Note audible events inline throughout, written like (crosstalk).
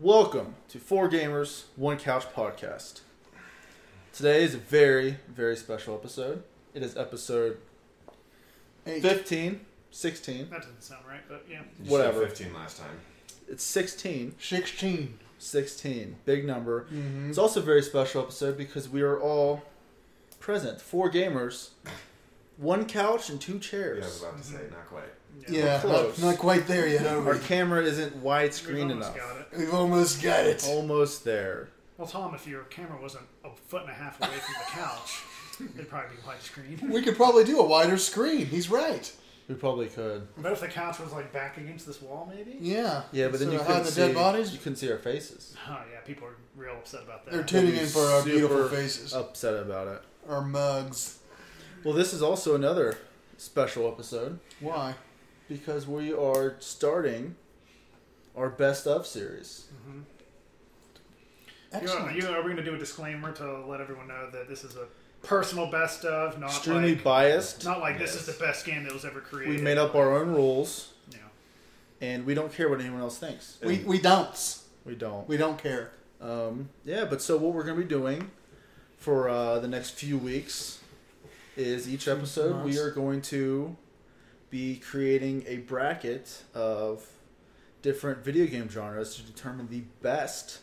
Welcome to Four Gamers, One Couch Podcast. Today is a very, very special episode. It is episode Eight. 15, 16. That doesn't sound right, but yeah. You said Whatever. 15 last time. It's 16. 16. 16. Big number. Mm-hmm. It's also a very special episode because we are all present. Four gamers, one couch, and two Yeah, I was chairs. about to say, Mm-hmm. not quite. (laughs) yeah, close. not, not quite there yet, are Our (laughs) we? camera isn't We've widescreen almost enough. got it. We've almost got it. Oh. Almost there. Well, Tom, if your camera wasn't a foot and a half away from the couch, (laughs) it'd probably be widescreen. (laughs) We could probably do a wider screen. He's right. We probably could. But if the couch was like back against this wall, maybe? Yeah. Yeah, but then Instead you of couldn't hiding the see dead bodies. You couldn't see our faces. Oh yeah, people are real upset about that. They're tuning They'd be in for our beautiful super faces, Upset about it. our mugs. Well, this is also another special episode Why? because we are starting our best of series. You know, Excellent. you- are we going to do a disclaimer to let everyone know that this is a personal best of, not Extremely like, biased. not like Yes. this is the best game that was ever created. We made up our own rules You know. and we don't care what anyone else thinks. we we don't. We don't. We don't care. Um, yeah, but so what we're going to be doing for uh, the next few weeks is each episode we months. are going to be creating a bracket of different video game genres to determine the best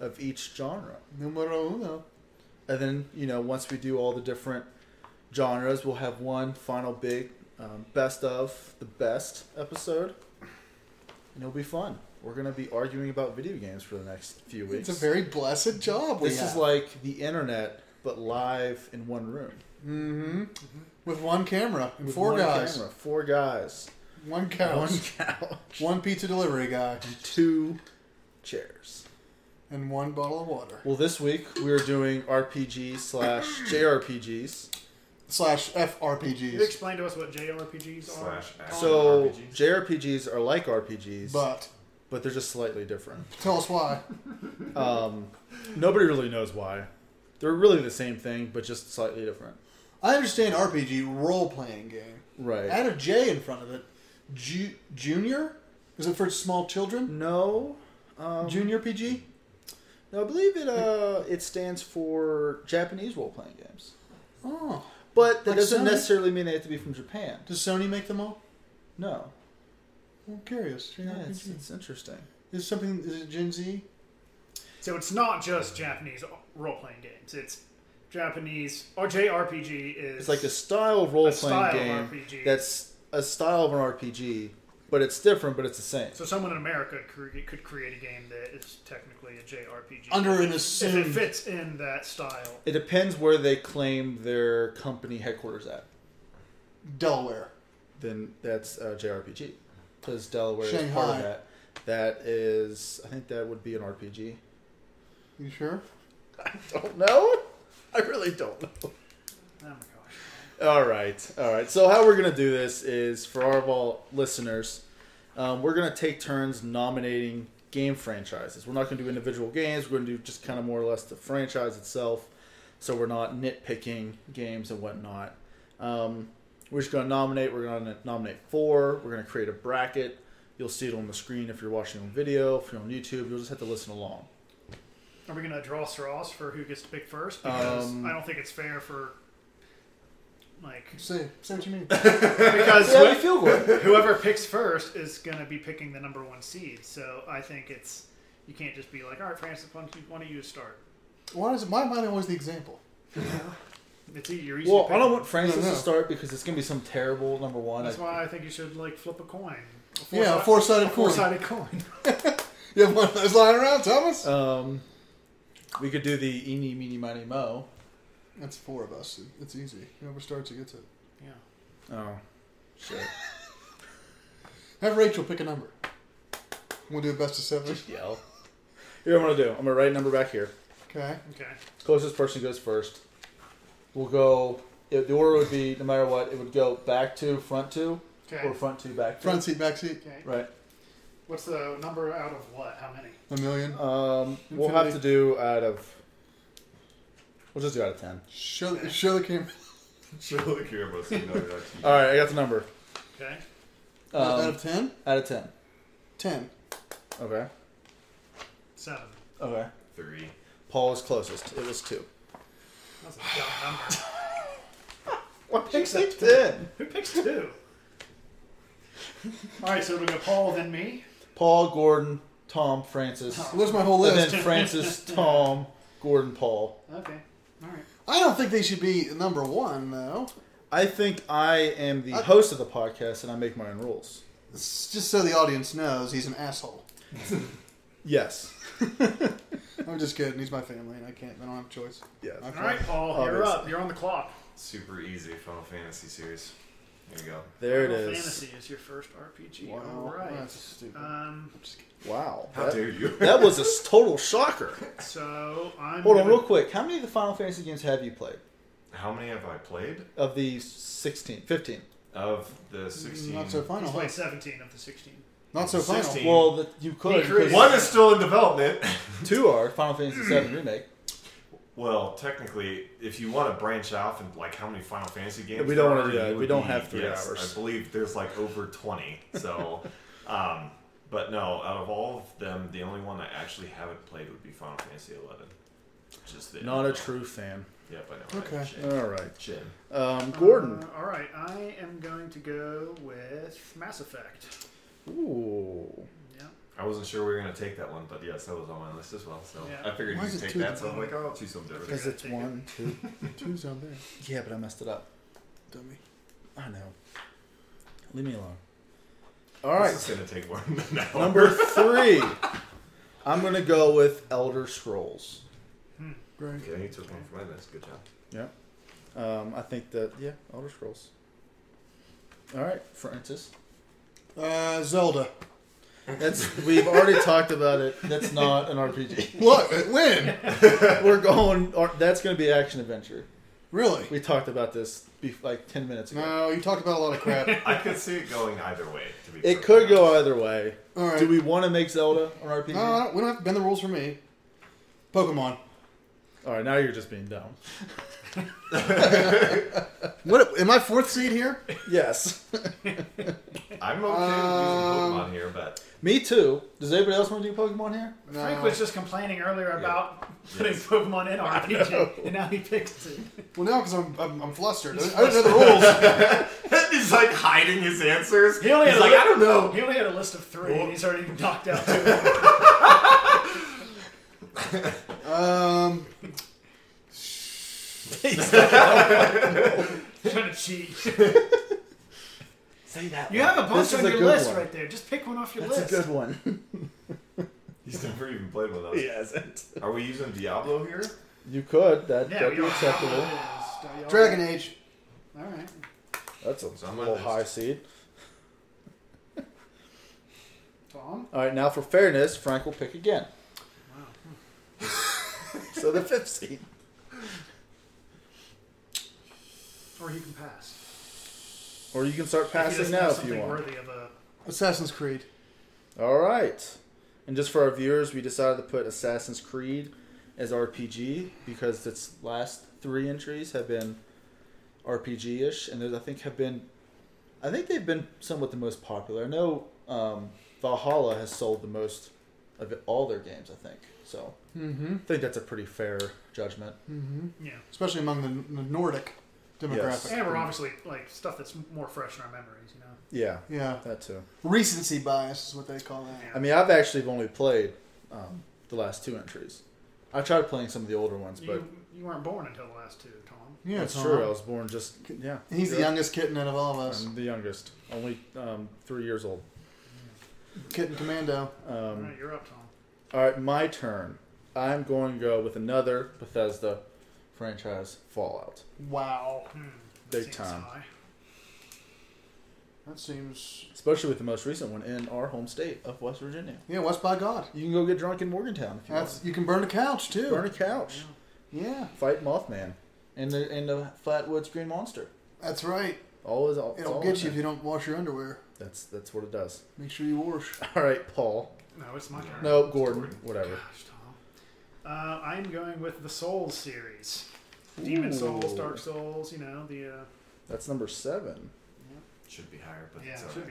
of each genre. Numero uno. And then, you know, once we do all the different genres, we'll have one final big um, best of the best episode. And it'll be fun. We're going to be arguing about video games for the next few weeks. It's a very blessed job we This is have. like the internet, but live in one room. mm-hmm. with one camera and With four one guys, camera, four guys, one couch, one one, (laughs) couch, pizza delivery guy, two chairs. and one bottle of water Well, this week we are doing RPG slash JRPGs. slash Can you FRPGs. explain to us what JRPGs are? Um, Slash action So RPGs. JRPGs are like RPGs, but, But they're just slightly different. tell us why. Um, (laughs) nobody really knows why. They're really the same thing, but just slightly different. I understand RPG role playing game. Right? Add a J in front of it. Ju- junior? Is it for small children? No. Um, Junior PG? no, I believe it. Uh, it stands for Japanese role playing games. Oh. But that Like doesn't Sony? necessarily mean they have to be from Japan. Does Sony make them all? No. I'm curious. Junior Yeah, it's, RPG. it's interesting. Is something is it Gen Z? So it's not just Japanese role playing games. It's Japanese or JRPG is It's like a style of role A style playing of game RPG. that's a style of an RPG, but it's different, but it's the same. So someone in America could create, could create a game that is technically a JRPG Under an if it assumed fits in that style. It depends where they claim their company headquarters at. Delaware. Then that's uh, JRPG. Because Delaware is part Shanghai. of that. That is, I think that would be an RPG. You sure? I (laughs) don't know. I really don't know. Oh my gosh! All right, all right. So how we're gonna do this is for our of all listeners, um, we're gonna take turns nominating game franchises. We're not gonna do individual games. We're gonna do just kind of more or less the franchise itself. So we're not nitpicking games and whatnot. Um, we're just gonna nominate. We're gonna nominate four. We're gonna create a bracket. You'll see it on the screen if you're watching on video. If you're on YouTube, you'll just have to listen along. Are we gonna draw straws for who gets to pick first? Because Um, I don't think it's fair for like Say say what you (laughs) mean. because Yeah, we feel good. wh- (laughs) whoever picks first is gonna be picking the number one seed. So I think it's you can't just be like, all right, Francis, why don't you, why don't you start? Why is it my mind always the example? It's e- you're easy. Well, to pick. I don't want Francis No, no. to start because it's gonna be some terrible number one. That's I- why I think you should like flip a coin. A yeah, a four sided four coin. sided coin. (laughs) You have one of those lying around, Thomas? Um, we could do the eeny, meeny, miny, mo. That's four of us. It's easy. Whoever starts it gets it. Yeah. Oh, shit. (laughs) Have Rachel pick a number. We'll do a best of (laughs) seven. Yell. Here, what I'm gonna do. I'm gonna write a number back here. Okay. Okay. Closest person goes first. We'll go. It, the order would be no matter what. It would go back to front two Okay. or front two back two. Front seat, back seat. Okay. Right. What's the number out of what? How many? A million. Um, we'll have to do out of. We'll just do out of ten. Show, show the camera. Surely you're able to see (laughs) another RPGs. All right, I got the number. Okay. Um, out of 10? out of ten. 10. Okay. Seven. Okay. Three. Paul is closest. It was two. That's a dumb number. What picks they did? Who picks two? All right, so we go Paul, then me. Paul, Gordon, Tom, Francis, Well, there's my whole and list. then Francis, Tom, Gordon, Paul. Okay. All right. I don't think they should be number one though. I think I am the I- host of the podcast and I make my own rules. It's just so the audience knows he's an asshole. Yes. I'm just kidding. He's my family, and I can't. I don't have a choice. Yes. I All right, Paul, you're Obviously. up. You're on the clock. Super easy Final Fantasy series. There you go. There it Final is. Fantasy is your first RPG. Wow, All right. that's stupid. Um, Wow. How that, dare (laughs) you? that was a s- total (laughs) shocker. so I'm. Hold on, gonna- real quick. How many of the Final Fantasy games have you played? How many have I played? Of the 16, 15. Of Mm, the 16. Not so He's final. huh? played 17 of the 16. Not so final. 16. Well, the, you could. created- because One is still in development. (laughs) Two are Final Fantasy VII Remake. well, technically, if you want to branch off and like how many Final Fantasy games, We don't there wanna are, do that. you We would don't be- have three yes, hours. I believe there's like over 20. (laughs) So, um, but no, out of all of them, the only one I actually haven't played would be Final Fantasy 11. Just the Not a true fan. Yep, I know. right? Okay. Shit. All right. Shit. Um, Gordon. Uh, all right, I am going to go with Mass Effect. Uh, Ooh. Yeah. I wasn't sure we were gonna take that one, but yes, that was on my list as well. So Yeah. I figured Why you is would it take two that. So I'm different- like, oh, I'll choose something different. Because it's (laughs) one, two. Two's on there. Yeah, but I messed it up. Dummy. I know. Leave me alone. All This right. is gonna take (laughs) more than an hour. Number three. I'm going to go with Elder Scrolls. Great. Okay, you took one from my list. Good job. Um, I think that, yeah, Elder Scrolls. All right, Francis. Uh, Zelda. That's (laughs) we've already talked about it. That's not an RPG. (laughs) Look, it win. (laughs) We're going. or- That's going to be action adventure. Really? We talked about this be, like ten minutes ago. No, you talked about a lot of (laughs) crap. I could see it going either way. To be It perfectly could go honest. either way. All right. Do we want to make Zelda an RPG? No, I don't- we don't have to bend the rules for me. Pokemon. All right, now you're just being dumb. What? Am I fourth seed here? Yes, I'm okay with using Pokemon here, but (laughs) me too. Does anybody else want to do Pokemon here? No. Frank was just complaining earlier (laughs) about putting Yes. Pokemon in RPG, and now he picks two. Well, now because I'm, I'm I'm flustered. I I didn't know (laughs) the rules. he's like hiding his answers. He only he's had a like, li- I don't know. He only had a list of three, Well- and he's already knocked out two. (laughs) Um, trying to cheat. Say that. You have a bunch This is on a your good list one. right there. Just pick one off your That's list. a good one. (laughs) He's never even played one of those. hasn't. Are we using Diablo here? You could. That Yeah, that'd we be all acceptable. Dragon Age. All right. That's a It's on my little list. high seed. Tom. All right, now for fairness, Frank will pick (laughs) again. Wow. So the fifth seed. Or you can pass. Or you can start If he passing doesn't now have if you something want. Worthy of a Assassin's Creed. All right. And just for our viewers, we decided to put Assassin's Creed as RPG because its last three entries have been RPG-ish, and those I think have been, I think they've been somewhat the most popular. I know um, Valhalla has sold the most of all their games. I think so. Mm-hmm. I think that's a pretty fair judgment. Mm-hmm. yeah. Especially among the, the Nordic demographic. Yes. And we're obviously like stuff that's more fresh in our memories, you know. Yeah, Yeah. that too. Recency bias is what they call that. I mean, I've actually only played um, the last two entries. I tried playing some of the older ones, but You, you weren't born until the last two, Tom. Yeah, that's Tom. true. I was born just yeah. He's the Yeah. youngest kitten out of all of us. I'm the youngest, only um, three years old. Kitten Commando. All Um, right, you're up, Tom. all right, my turn. I'm going to go with another Bethesda franchise, Fallout. Wow. Hmm, Big seems time. high. That seems. Especially with the most recent one in our home state of West Virginia. Yeah, West by God. You can go get drunk in Morgantown if you That's you can burn a couch too. want. Burn a couch, Yeah. Yeah, fight Mothman, and the and the Flatwoods Green Monster. that's right. All is all. it's It'll all get in you if there. you don't wash your underwear. That's that's what it does. (laughs) Make sure you wash. All right, Paul. No, it's my turn. No, Gordon. Gordon. Whatever. Gosh, Tom. Uh, I'm going with the Souls series. Demon Ooh. Souls, Dark Souls, you know, the. Uh, That's number seven. should be higher, but Yeah, it's it okay. should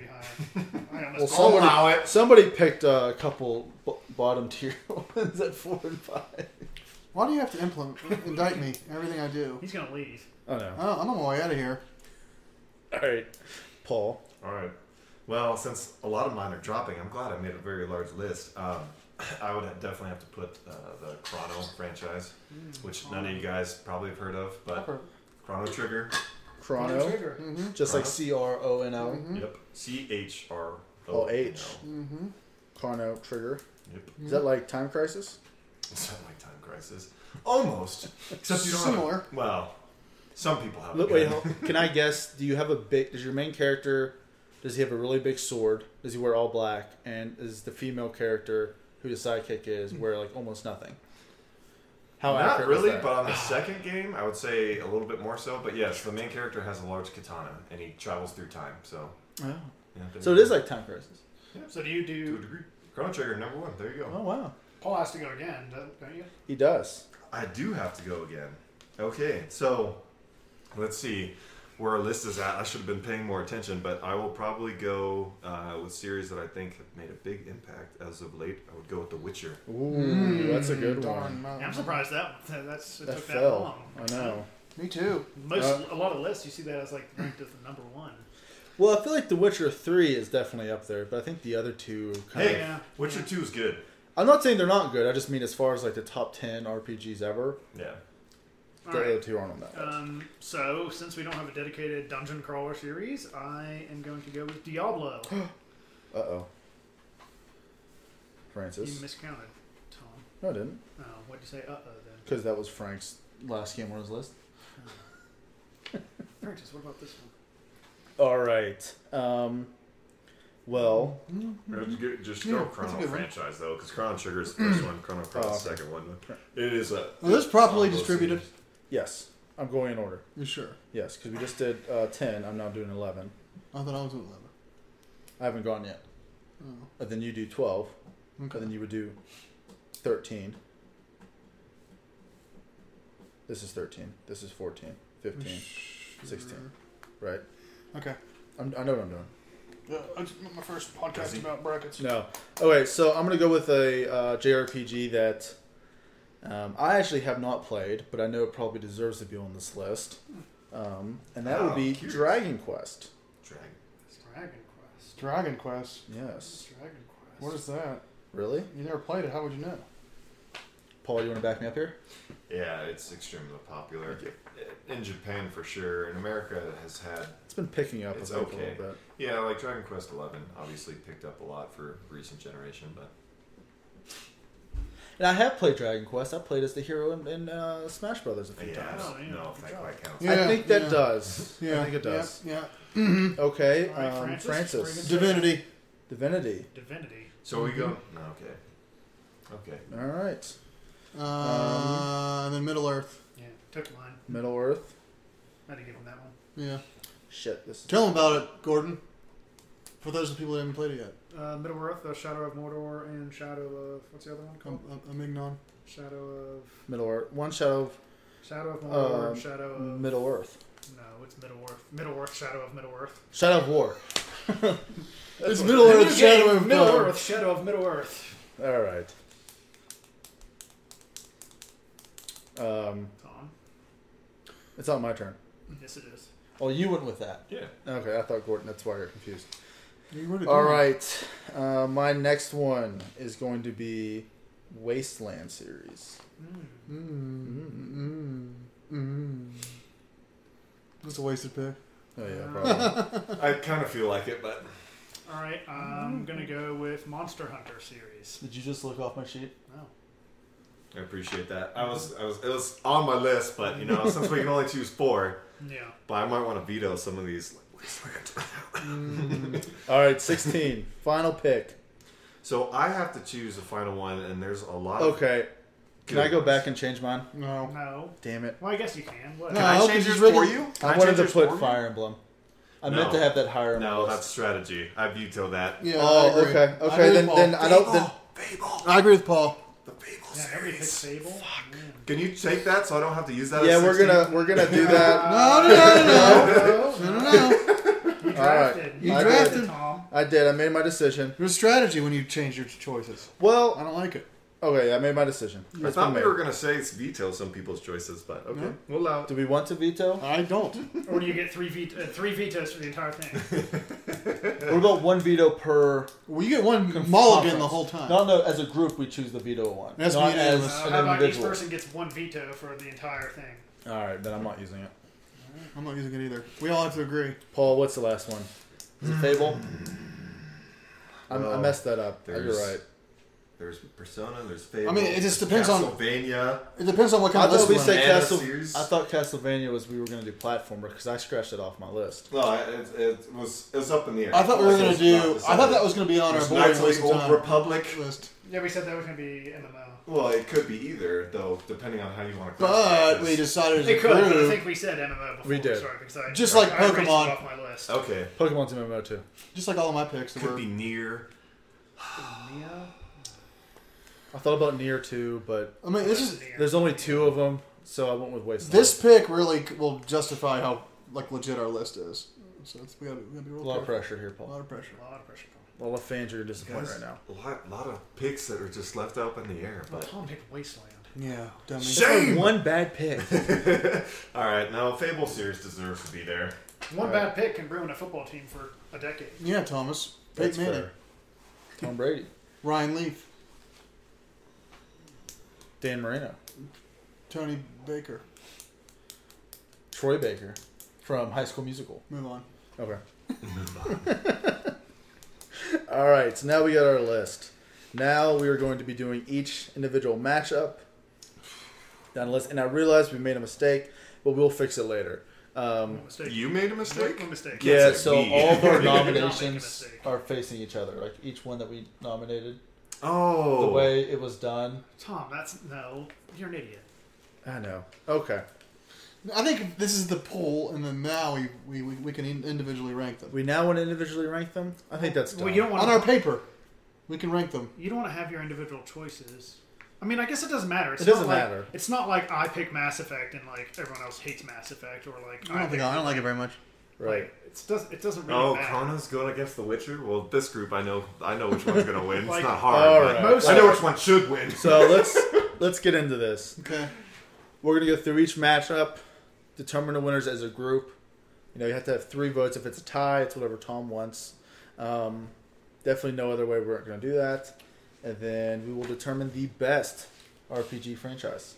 be higher. I Well, almost called somebody, allow it. somebody picked uh, a couple b- bottom tier (laughs) ones at four and five. Why do you have to implement, indict me? Everything I do. He's gonna leave. Oh no! Oh, I'm on my way out of here. All right, Paul. All right. Well, since a lot of mine are dropping, I'm glad I made a very large list. Um, (coughs) I would definitely have to put uh, the Chrono franchise, which none of you guys probably have heard of, but Chrono Trigger. Chrono, Trigger. Mm-hmm. just like Chrono. C R O N L. Mhm. Yep. C H R O Oh, H. Mm-hmm. Chrono Trigger. Yep. Is that like Time Crisis? It's not like Time Crisis. Almost. Except you don't. Similar. Have, well, some people have. a Look, wait, gun. hold- can I guess? Do you have a big? Does your main character? Does he have a really big sword? Does he wear all black? And is the female character who the sidekick is wear like almost nothing? How Not accurate is really, that? but (sighs) on the second game, I would say a little bit more so. But yes, the main character has a large katana, and he travels through time. So. Oh. Yeah, there So you it is go. like Time Crisis. So do you to a do? degree. Chrono Trigger number one. There you go. Oh wow, Paul has to go again, don't don't you? he does. I do have to go again. Okay, so let's see where our list is at. I should have been paying more attention, but I will probably go uh, with series that I think have made a big impact as of late. I would go with The Witcher. Ooh, that's a good Hmm. Darn. one. no. Yeah, I'm surprised that that- that's it That took that fell. long. I know. Uh, Me too. Most a lot of lists you see that as like ranked as the number one. Well, I feel like The Witcher Three is definitely up there, but I think the other two. Kind Hey, of, Yeah. Witcher Yeah. 2 is good. I'm not saying they're not good. I just mean as far as like the top ten RPGs ever, Yeah. All the right. other two aren't on that. list. Um, so since we don't have a dedicated dungeon crawler series, I am going to go with (gasps) Diablo. Uh oh. you Francis. miscounted, Tom. No, I didn't. Oh, what'd you say? Uh oh, then. Because that was Frank's last game on his list. Francis, what about this one? All right. Um, well, Mm-hmm. Just Yeah, go that's a Chrono good one. franchise, though, because Chrono Trigger is the first one, Chrono Cross Oh. is the second one. It is a. Are those properly combo distributed? series. yes. I'm going in order. You sure? Yes, because we just did uh, 10. I'm now doing 11. I thought I was at eleven. I haven't gone yet. Oh, But then you do 12. okay. And then you would do 13. This is 13. This is 14. 15. Sure. 16. Right? Okay. I'm, I know what I'm doing. Yeah, I just my first Does he- podcast about brackets. No. Okay, so I'm gonna go with a uh, JRPG that um, I actually have not played, but I know it probably deserves to be on this list, um, and that would Oh, be curious. Dragon Quest. Dragon. It's Dragon Quest. Dragon Quest. Yes. It's Dragon Quest. What is that? Really, You never played it. How would you know? Paul? You want to back me up here? Yeah, it's extremely popular. Thank In Japan, for sure. In America, it has had It's been picking up. I It's think, a okay. little bit. Yeah, like Dragon Quest Eleven obviously picked up a lot for recent generation, but And I have played Dragon Quest. I played as the hero in, in uh, Smash Brothers a few yeah, times. Oh, yeah. no, if that quite counts. Yeah. I think that yeah. does. Yeah. I think it yeah, does. Yeah. Okay, All right, um, Francis, Francis. bring Divinity. Divinity. Divinity. So we go. Mm-hmm. No, okay, okay. All right, Uh, Um. and then Middle Earth. Yeah, took mine. Middle Earth. I had to give him that one. Yeah. Shit, this is Tell them about it, Gordon. For those of the people that haven't played it yet, Uh, Middle Earth, the Shadow of Mordor, and Shadow of what's the other one I'm, called? I'm- I'm Ignon. Oh. Shadow of Middle Earth. One Shadow of Shadow of Mordor, Um, Shadow of Middle Earth. No, it's Middle Earth. Middle Earth, Shadow of Middle Earth. Shadow of (laughs) War. It's Middle Earth. Shadow of Middle Mordor. Earth, Shadow of Middle Earth. All right. Um, Tom, it's not my turn. yes it is. Oh, you went with that. Yeah, Okay, I thought Gordon. That's why you're (laughs) confused. You would've All done it. right. Uh, my next one is going to be Wasteland series. Mm. Mm-hmm. Mm, mm, mm. That's a wasted pick. Oh yeah, Uh, (laughs) probably. I kind of feel like it, but All right, I'm gonna go with Monster Hunter series. Did you just look off my sheet? No, I appreciate that. I was, I was, it was on my list, but you know, since we can only choose four, yeah, but I might want to veto some of these. (laughs) Like, "Wait a second." All right, sixteen. Final pick. so I have to choose the final one, and there's a lot. of Okay. Can I go back and change mine? No. no. Damn it! Well, I guess you can. What? Can No, I 'cause change he's yours for really- you? Can I, change wanted to yours for put you? Fire Emblem. I No. meant to have that higher. on my No, list. that's strategy. I veto that. Oh, Yeah. Oh, I agree. okay, I okay, agree with then- Paul. then I don't- then- Fable. I agree with Paul. The Fable Yeah, everybody picked series. Fable. Yeah. Can you take that so I don't have to use that? yeah, as we're 16? gonna we're gonna do that. (laughs) No, no, no, no, no, no, no, no. All right. drafted. (laughs) You I drafted. did, Tom. I did. I made my decision. There's strategy when you change your choices. I Well, don't like it. okay, I made my decision. I It's been thought we made. were gonna say it's veto some people's choices, but okay, No. we'll allow. Do we want to veto? I don't. Or do you get three veto, uh, three vetoes for the entire thing? What about one veto per? Well, you get one conference? mulligan the whole time. No, no. As a group, we choose the veto one. That's not unanimous. as Uh, an how about each individual. person gets one veto for the entire thing? All right, then I'm not using it. I'm not using it either. We all have to agree. Paul, what's the last one? Is it Fable? I'm, I Well, messed that up. Oh, You're there's- right. There's Persona. There's Fable. I mean, it just there's depends on- Castlevania. It depends on what I kind thought of we list we're said on. Anna Castle, Sears? I thought Castlevania was we were going to do platformer because I scratched it off my list. No, it, it was it was up in the air. I thought we were It going to was not do. I decided. thought that was going to be on our There's board Knights of list. the Old Republic. list. Yeah, we said that was going to be MMO. Well, it could be either, though, depending on how you want to. But we decided as a It could, but I group, think we said MMO before. We did. Sorry, because I, Just like I erased it Pokemon. off my list. Okay, Pokemon's an MMO too. just like all of my picks, that could were be near. Neo? I thought about Near too, but I mean, this is there's only two of them, so I went with Wasteland. this pick really c- will justify how like legit our list is. So it's, we got to be a real lot of careful. pressure here, A Paul. lot of pressure. A lot of pressure. A lot of fans are disappointed Guys, right now. A lot, lot of picks that are just left up in the air. Well, But (laughs) Tom picked Wasteland. Yeah, dummy. shame. One bad pick. All right, now Fable series deserves to be there. One All right. bad pick can ruin a football team for a decade. Yeah, Thomas. (laughs) That's Peyton Manning. fair. Tom Brady, Ryan Leaf. Dan Marino, Tony Baker. Troy Baker from High School Musical. Move on. Okay. (laughs) All right, so now we got our list. Now we are going to be doing each individual matchup down the list, and I realized we made a mistake, but we'll fix it later. Um, One mistake. You made a One- mistake. one mistake. Yeah. yeah, say so we. all of (laughs) our We make did not a nominations mistake. are facing each other. Like each one that we nominated, Oh, the way it was done. Tom, that's no. You're an idiot. I know. Okay, I think this is the poll, and then now we, we, we, we can in- individually rank them. we now want to individually rank them. I think that's done. Well, you don't want On to. our paper, we can rank them. you don't want to have your individual choices. I mean, I guess it doesn't matter. It's It doesn't not like, matter. It's not like I pick Mass Effect and like everyone else hates Mass Effect, or like I don't think I don't like it very much. right. Like, it's does it doesn't really Oh, matter. Chrono's going against the Witcher. Well, this group, I know, I know which one's gonna win. Like, it's not hard. all but right. Most- I know which one should win. So let's let's get into this. Okay. We're gonna go through each matchup, determine the winners as a group. You know, you have to have three votes. If it's a tie, it's whatever Tom wants. Um, definitely no other way we're gonna do that. And then we will determine the best RPG franchise.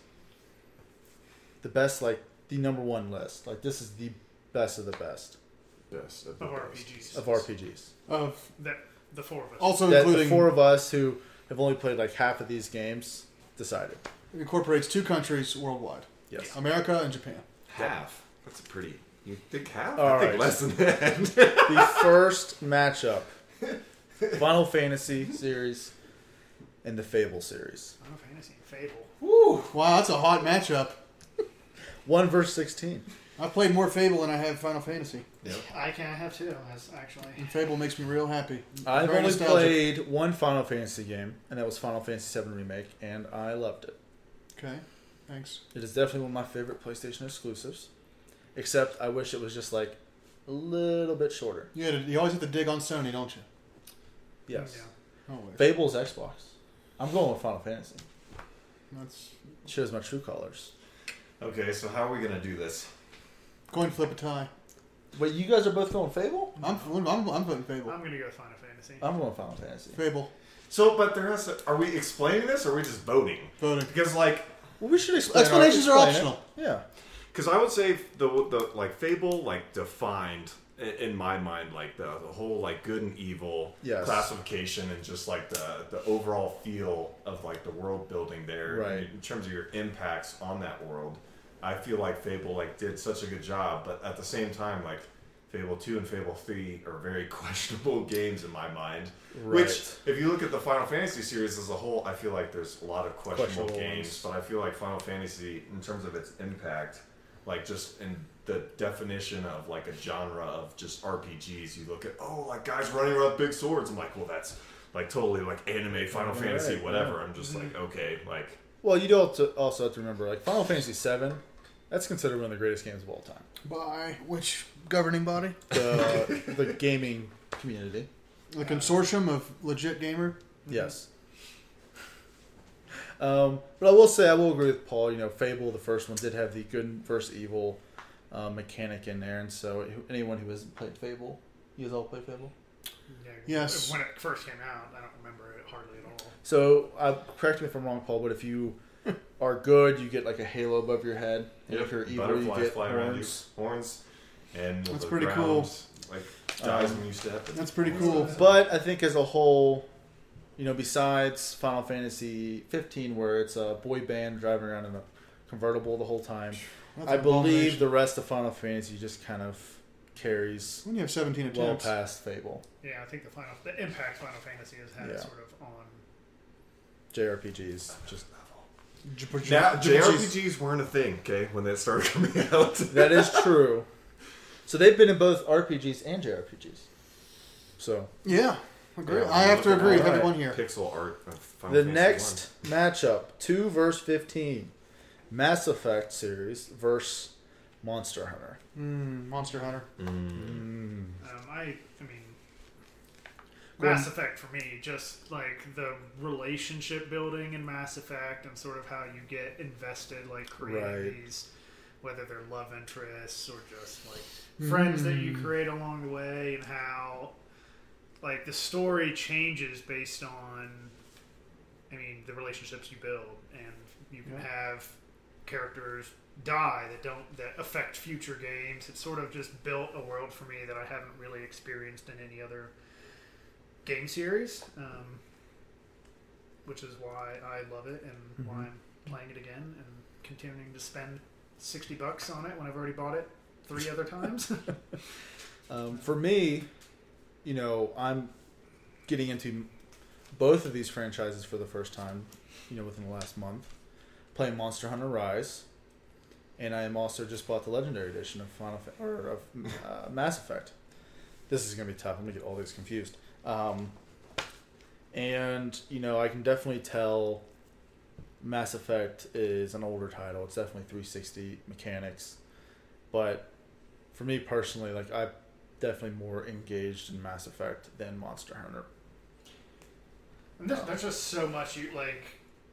The best, like the number one list. Like this is the best of the best Yes, of Of RPGs. of RPGs. Of That, the four of us. also That the including four of us who have only played like half of these games decided. incorporates two countries worldwide, Yes. America and Japan. Half. That's a pretty. You think half? All I think right. less (laughs) than that. the first matchup Final Fantasy series and the Fable series. Final Fantasy and Fable. Woo! Wow, that's a hot matchup. 1 verse 16. I've played more Fable than I have Final Fantasy, Yep. I can I have two. That's actually. and Fable makes me real happy. I've Very only nostalgic. played one Final Fantasy game, and that was Final Fantasy VII Remake, and I loved it. Okay, thanks. It is definitely one of my favorite PlayStation exclusives, except I wish it was just like a little bit shorter. You, had to, you always have to dig on Sony, don't you? Oh, Yes. Yeah. Always. Fable's Xbox. I'm going with Final Fantasy. That's It shows my true colors. Okay, so how are we gonna do this? coin flip a tie. But you guys are both going Fable? I'm I'm I'm putting Fable. I'm gonna go with Final Fantasy. I'm going Final Fantasy. Fable So, but there has. To, are we explaining this, or are we just voting? voting. Because like, Well, we should explain. Explanations explain are it. optional. Yeah. because I would say the the like Fable like defined i- in my mind like the, the whole like good and evil Yes. classification and just like the the overall feel of like the world building there Right. in terms of your impacts on that world. I feel like Fable like did such a good job, but at the same time like Fable 2 and Fable 3 are very (laughs) questionable games in my mind. Which Right. if you look at the Final Fantasy series as a whole, I feel like there's a lot of questionable, Questionable games, ones. but I feel like Final Fantasy, in terms of its impact, like just in the definition of like a genre of just RPGs, you look at oh like guys running around with big swords. I'm like, well that's like totally like anime Final Right, Fantasy yeah. Mm-hmm. whatever. I'm just like okay like Well, you do also also have to remember, like Final Fantasy VII That's considered one of the greatest games of all time. By which governing body? The, (laughs) the gaming community. The consortium of legit gamer. Yes. Mm-hmm. Um, but I will say I will agree with Paul. You know, Fable, the first one, did have the good versus evil uh, mechanic in there, and so anyone who hasn't played Fable, you guys all play Fable. Yeah, Yes. When it first came out, I don't remember it hardly at all. So uh, correct me if I'm wrong, Paul, but if (laughs) you are good, you get like a halo above your head, and if you're evil, you Butterflies get fly around you. horns. Horns. And That's the pretty ground, cool. Like dies Um, when you step. that's pretty cool. But I think as a whole, you know, besides Final Fantasy 15, where it's a boy band driving around in a convertible the whole time, That's I an believe abomination. the rest of Final Fantasy just kind of carries When you have 17 well attempts. past Fable Yeah, I think the final, the impact Final Fantasy has had Yeah. sort of on. JRPGs. Just J- but you- Now, but you- JRPGs weren't a thing, okay, when that started (laughs) coming out. that is true. So they've been in both RPGs and JRPGs. So Yeah, agree. Yeah, I have to look at agree. all that. Everyone here. Pixel art. Of Final the Fantasy next matchup, two verse fifteen, Mass Effect series verse Monster Hunter. Mm, Monster Hunter. I. Mm. Um, I, I mean, Well- Mass Effect for me, just like the relationship building in Mass Effect, and sort of how you get invested, like creating Right. these, whether they're love interests or just like friends that you create along the way, and how like the story changes based on I mean, the relationships you build, and you can Yeah. have characters die that don't that affect future games. It sort of just built a world for me that I haven't really experienced in any other game series, um, which is why I love it and why I'm playing it again and continuing to spend sixty bucks on it when I've already bought it three other times. Um, for me, you know, I'm getting into both of these franchises for the first time, you know, within the last month. Playing Monster Hunter Rise, and I am also just bought the Legendary Edition of Final Fa- or of uh, Mass Effect. This is gonna be tough. I'm gonna get all these confused. Um, and you know, I can definitely tell Mass Effect is an older title. It's definitely 360 mechanics, but for me personally, like I definitely more engaged in Mass Effect than Monster Hunter. And there's, there's just so much you like,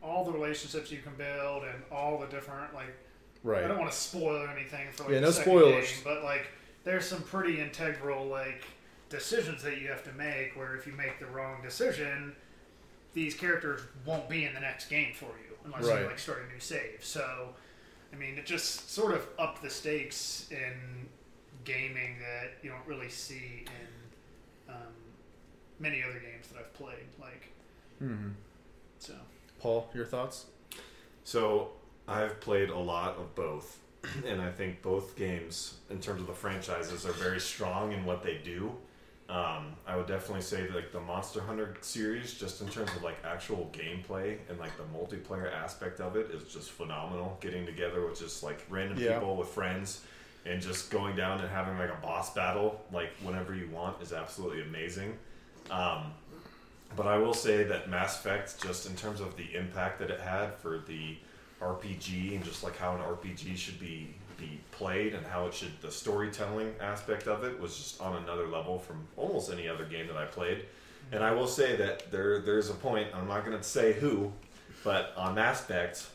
all the relationships you can build, and all the different like. I don't Right. want to spoil anything for like Yeah, yeah, no no spoilers. spoilers. but like there's some pretty integral like decisions that you have to make where if you make the wrong decision, these characters won't be in the next game for you unless Right. you like start a new save. So I mean it just sort of upped the stakes in gaming that you don't really see in um, many other games that I've played. Like Mhm. so Paul, your thoughts? So I've played a lot of both, and I think both games, in terms of the franchises, are very strong in what they do. Um, I would definitely say that, like the Monster Hunter series, just in terms of like actual gameplay and like the multiplayer aspect of it, is just phenomenal. Getting together with just like random Yeah. people with friends and just going down and having like a boss battle, like whenever you want, is absolutely amazing. Um, but I will say that Mass Effect, just in terms of the impact that it had for the RPG and just like how an RPG should be be played and how it should the storytelling aspect of it was just on another level from almost any other game that I played. And I will say that there there's a point, I'm not gonna say who, but on Mass Effect,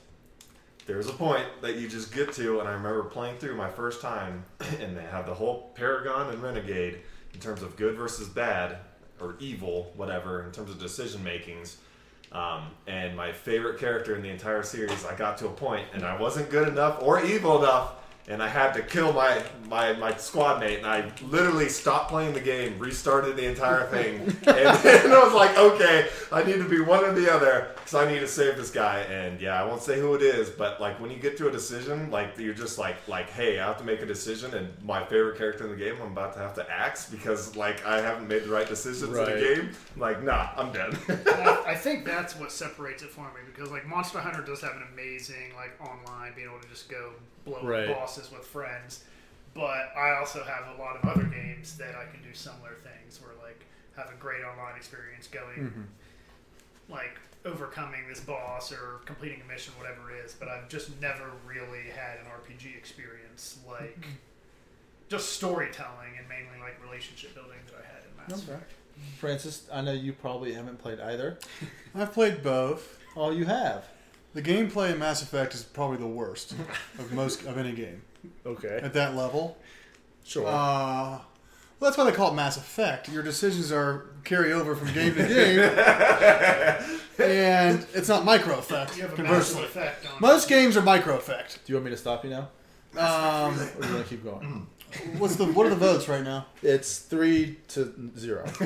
there's a point that you just get to, and I remember playing through my first time, (clears throat) and they have the whole Paragon and Renegade in terms of good versus bad, or evil, whatever, in terms of decision makings. Um, and my favorite character in the entire series, I got to a point, and I wasn't good enough or evil enough, and I had to kill my my my squad mate, and I literally stopped playing the game, restarted the entire thing, and, then I was like, okay, I need to be one or the other because I need to save this guy. And yeah, I won't say who it is, but like when you get to a decision, like you're just like like, hey, I have to make a decision, and my favorite character in the game, I'm about to have to axe because like I haven't made the right decisions in Right. the game. Like, nah, I'm dead. And I, I think that's what separates it for me because like Monster Hunter does have an amazing like online being able to just go blow up Right. bosses with friends, but I also have a lot of other games that I can do similar things where like have a great online experience going like overcoming this boss or completing a mission, whatever it is. But I've just never really had an RPG experience like just storytelling and mainly like relationship building that I had in Mass Okay. Effect. Francis, I know you probably haven't played either. I've played both. Oh, you have. The gameplay in Mass Effect is probably the worst of most of any game Okay. at that level. Sure. Uh, well, that's why they call it Mass Effect. Your decisions are carry over from game to game, and it's not micro effect. You have a massive Conversely, effect on most games are micro effect. Do you want me to stop you now, Um, or do you want to keep going? what's the what are the votes right now? (clears throat) It's three to zero. I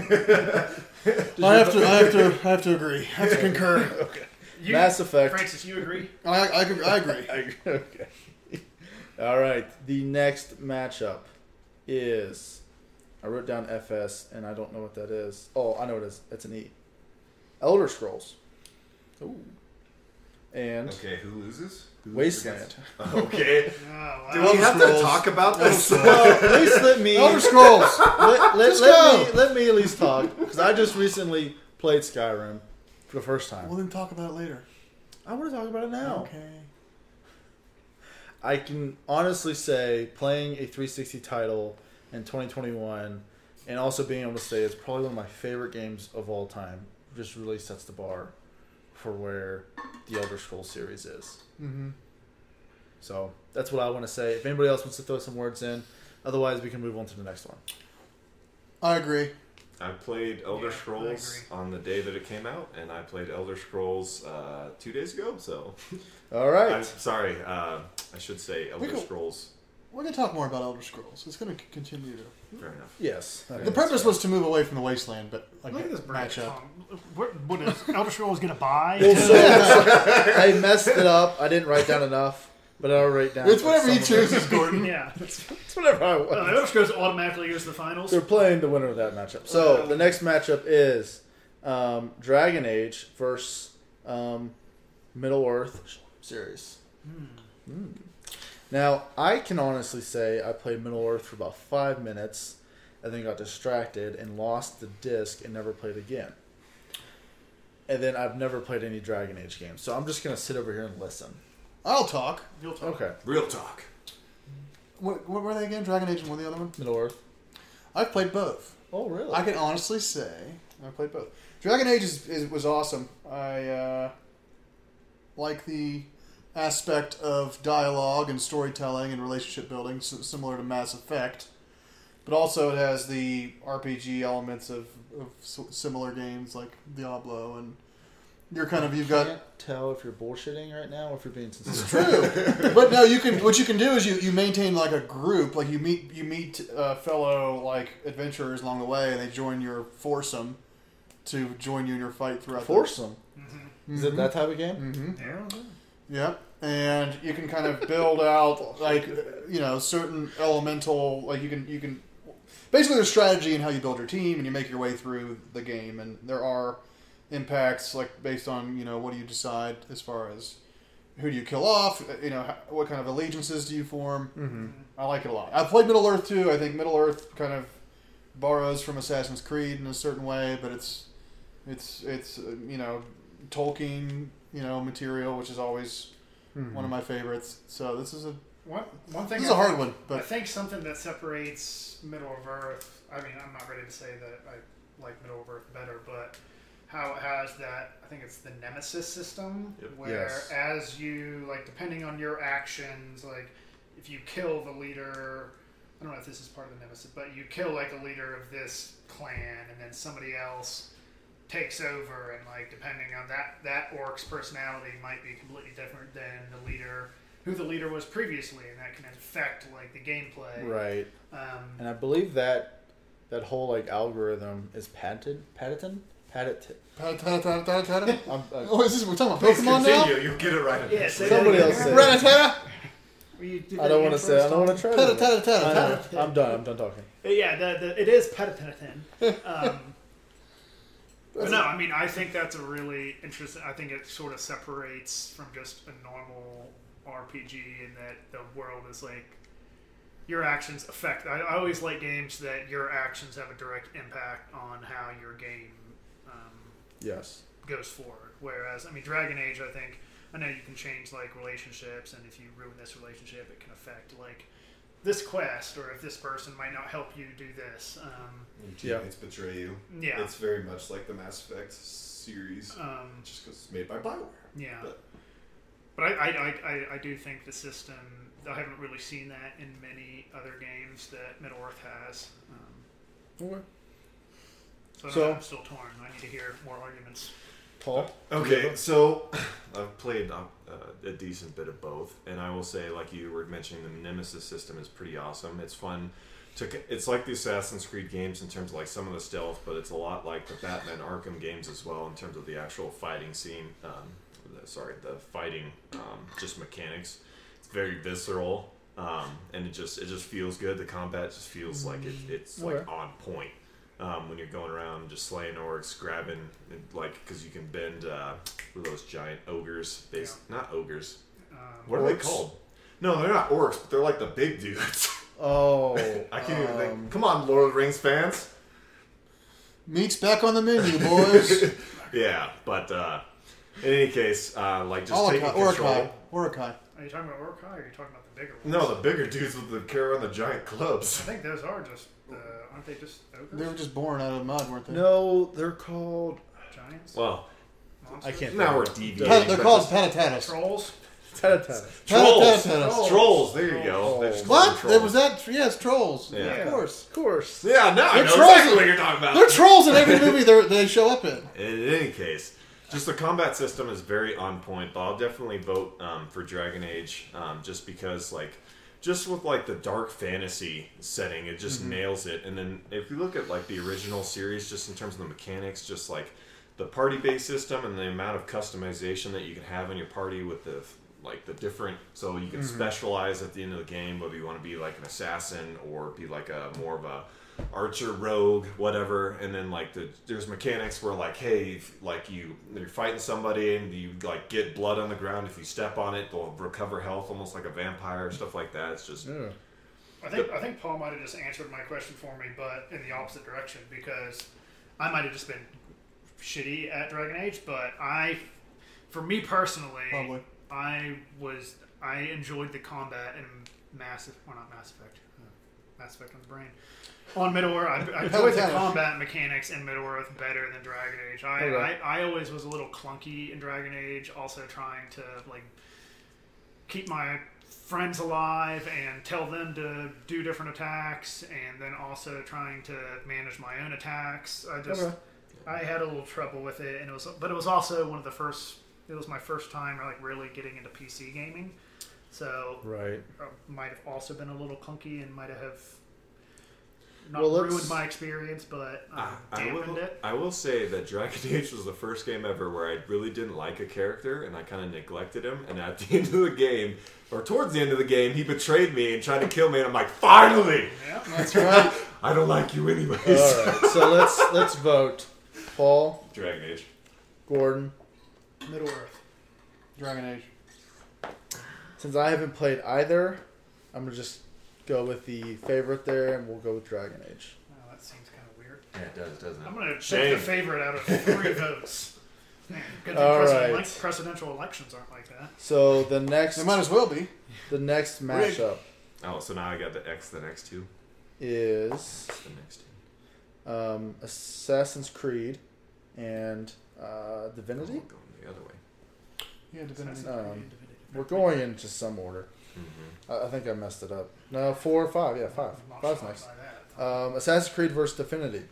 have to I have to I have to agree. I have to concur. (laughs) you, Mass Effect. Francis, you agree? I I, agree- I agree. (laughs) okay. All right. The next matchup is. I wrote down FS and I don't know what that is. Oh, I know what it is. It's an E. Elder Scrolls. Ooh. And (laughs) Okay, who loses? Wasteland. (laughs) Okay. Oh, wow. Do we have to Scrolls. talk about (laughs) this? Well, at least let me. Elder Scrolls. (laughs) let, let, Just let go. me let me at least talk because I just recently played Skyrim for the first We'll time. then talk about it later. I want to talk about it now. Okay. I can honestly say playing a 360 title in 2021 and also being able to say it's probably one of my favorite games of all time. Just really sets the bar for where the Elder Scrolls series is. Mm-hmm. So that's what I want to say. If anybody else wants to throw some words in, otherwise we can move on to the next one. I agree. I played Elder Yeah, I Scrolls agree. on the day that it came out, and I played Elder Scrolls uh, two days ago. So All right. I'm sorry. Uh, I should say Elder cool. Scrolls. We're gonna talk more about Elder Scrolls. It's gonna c- continue to. Fair enough. yes. The purpose was to move away from the wasteland, but like Look at this branch. matchup. What, what is Elder Scrolls gonna buy? (laughs) Well, so- I messed it up. I didn't write down enough, but I'll write down. It's whatever you some of it. choose, (laughs) Gordon. yeah, It's whatever I uh, want. Elder Scrolls automatically goes to the finals. They're playing the winner of that matchup. So the next matchup is um, Dragon Age versus um, Middle Earth series. Hmm. Now I can honestly say I played Middle Earth for about five minutes, and then got distracted and lost the disc and never played again. And then I've never played any Dragon Age games, so I'm just gonna sit over here and listen. I'll talk. You'll talk. Okay, Real talk. What, what were they again? Dragon Age and what the other one? Middle Earth. I've played both. Oh really? I can honestly say I played both. Dragon Age is, is, was awesome. I uh, like the aspect of dialogue and storytelling and relationship building, s similar to Mass Effect. But also, it has the RPG elements of, of s- similar games like Diablo, and you're kind of you've got can't tell if you're bullshitting right now or if you're being sincere. It's true, but no, you can. What you can do is you, you maintain like a group, like you meet you meet uh, fellow like adventurers along the way, and they join your foursome to join you in your (laughs) fight throughout. Foursome. The, Is it that type of game? Mm-hmm. Mm-hmm. Yeah. Yep, and you can kind of build out like you know certain elemental like you can you can basically there's strategy in how you build your team and you make your way through the game, and there are impacts like based on you know what do you decide as far as who do you kill off, you know how- what kind of allegiances do you form. Mm-hmm. I like it a lot. I played Middle Earth too. I think Middle Earth kind of borrows from Assassin's Creed in a certain way, but it's it's it's uh, you know Tolkien you know material, which is always Mm-hmm. one of my favorites. So this is a One, one thing this is a I- hard one, I but think something that separates Middle of Earth. I mean, I'm not ready to say that I like Middle of Earth better, but how it has that. I think it's the Nemesis system, Yep. where Yes. as you like, depending on your actions, like if you kill the leader. I don't know if this is part of the Nemesis, but you kill like a leader of this clan, and then somebody else takes over, and like depending on that that orc's personality might be completely different than the leader who the leader was previously, and that can affect like the gameplay. Right. Um, And I believe that that whole like algorithm is patented. Patented. Patented. oh, (laughs) I'm, uh, I, is this we're talking Oh, about Please Pokemon now? continue. You get it right. Yeah, say Somebody that else said again. it. Ratatata, Will you do I that don't want to again say. first I don't want time? to try. tata, that. tata, I tata, know. I'm done. I'm done talking. Yeah, the, the, it is Petapetapin. Um but No, I mean I think that's a really interesting. I think it sort of separates from just a normal RPG in that the world is like your actions affect. I, I always like games that your actions have a direct impact on how your game um, Yes. goes forward. Whereas, I mean, Dragon Age, I think, I know you can change like relationships, and if you ruin this relationship, it can affect like this quest, or if this person might not help you do this. Um, Your Yeah. teammates betray you. yeah, It's very much like the Mass Effect series, um, just because it's made by Bioware. yeah. But- But I, I, I, I, I do think the system. I haven't really seen that in many other games that Middle Earth has. Um, Okay. So, I don't So- know, I'm still torn. I need to hear more arguments. Paul. Okay, so (laughs) I've played um, uh, a decent bit of both, and I will say, like you were mentioning, the Nemesis system is pretty awesome. It's fun. To, c- it's like the Assassin's Creed games in terms of like some of the stealth, but it's a lot like the Batman Arkham games as well in terms of the actual fighting scene. Um, the, sorry, the fighting um, just mechanics. It's very visceral, um, and it just it just feels good. The combat just feels like it, it's like Okay. on point um, when you're going around just slaying orcs, grabbing and, like because you can bend uh, with those giant ogres. They s not ogres. Um, What are they Orcs? called? No, they're not orcs, but they're like the big dudes. (laughs) Uh, Oh, I can't even um, think. Come on, Lord of the Rings fans. Meat's back on the menu, (laughs) boys. Yeah, but uh, in any case, uh, like just Olakai, taking Orakai, control. Orakai. are you talking about Orkai or are you talking about the bigger ones? No, the bigger dudes with the carry on the giant I clubs. (laughs) think those are just, uh, aren't they just ogres? They were just born out of the mud, weren't they? no, they're called. Giants? Well, I Monsters? can't. now we're think. deviating. Pa- they're but called just- Patatatas. Trolls? Tatatas. trolls. Patatatas. Trolls. There you Trolls. go. They're just called What? Trolls. That was that? Yes, trolls. Yeah. Of course. Of course. Yeah, now I They're know trolls. exactly what you're talking about. They're trolls in every movie they're- they show up in. In any case, just the combat system is very on point. But I'll definitely vote um, for Dragon Age, um, just because like, just with like the dark fantasy setting, it just nails it. And then if you look at like the original series, just in terms of the mechanics, just like the party based system and the amount of customization that you can have in your party with the like the different so you can specialize at the end of the game whether you want to be like an assassin or be like a more of a archer rogue whatever and then like the there's mechanics where like hey if, like you you're fighting somebody and you like get blood on the ground if you step on it they'll recover health almost like a vampire stuff like that it's just Yeah. I think, I think Paul might have just answered my question for me, but in the opposite direction because I might have just been shitty at Dragon Age, but I, for me personally, Probably. I was, I enjoyed the combat in Mass, well not Mass Effect, uh, Mass Effect on the brain. On Middle Earth, (laughs) I, I enjoyed the Palutena. combat mechanics in Middle Earth better than Dragon Age. I, Okay. I, I always was a little clunky in Dragon Age, also trying to like keep my friends alive and tell them to do different attacks, and then also trying to manage my own attacks. I just Okay. I had a little trouble with it, and it was but it was also one of the first. It was my first time like really getting into PC gaming, so (laughs) Right. uh, might have also been a little clunky and might have not Well, let's- ruined my experience, but uh, I, Ah, I, dampened will, it. I will say that Dragon (laughs) Age was the first game ever where I really didn't like a character and I kind of neglected him. And at (laughs) the end of the game, or towards the end of the game, he betrayed me and tried to kill me. And I'm like, finally! Yeah. That's right. I don't like you anyways. All right. So let's let's vote. Paul, (laughs) Dragon Age. Gordon. Middle Earth. (laughs) Dragon Age. Since I haven't played either, I'm gonna just go with the favorite there, and we'll go with Dragon Age. Oh, that seems kind of weird. Yeah, it does, doesn't I'm gonna Shame. pick the favorite out of (laughs) three votes. Man, good thing All president- right. presidential elections aren't like that. So the next They might as well be. the next Rick. matchup Oh, so now I got the X, the next two. is The next two. um, Assassin's Creed and uh, Oh, Divinity. we're going the other way. Yeah, Divinity. Um, We're going into some order. Mm-hmm. I, I think I messed it up. No, four or five. Yeah, five. I'm not Five's shocked nice. by that. Um, Assassin's Creed versus Divinity.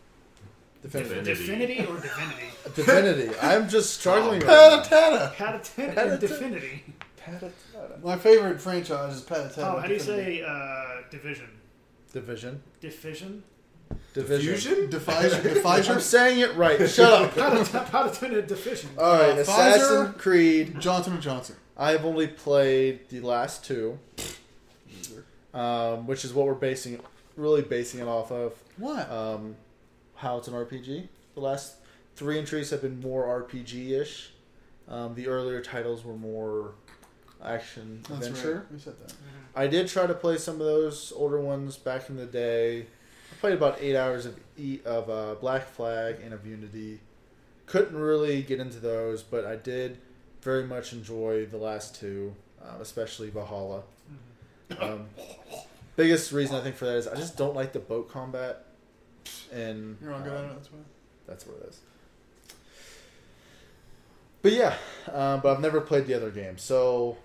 Divinity. Divinity. Divinity or divinity? (laughs) Divinity. I'm (laughs) just struggling Oh, right now. Patatata. Patatata. Divinity. Patatata. My favorite franchise is Patatata. Oh, how do you Divinity. say uh, division? Division. Division. Division. (laughs) Defizer? I'm Defizer? saying it right. Shut (laughs) up. Patatata division. All right, Uh, Assassin's Pfizer. Creed. Johnson and Johnson. I've only played the last two, um, which is what we're basing, really basing it off of. What? Uh, Um, how it's an RPG. The last three entries have been more RPG ish. Um, the earlier titles were more action That's adventure. right. We said that. Mm-hmm, I did try to play some of those older ones back in the day. I played about eight hours of e- of uh, Black Flag and of Unity, Couldn't really get into those, but I did very much enjoy the last two, um, especially Valhalla. mm-hmm. Um, biggest reason I think for that is I just don't like the boat combat, and You're Uh, not good um, at it. That's why. that's what it is. But yeah, um, but I've never played the other game, so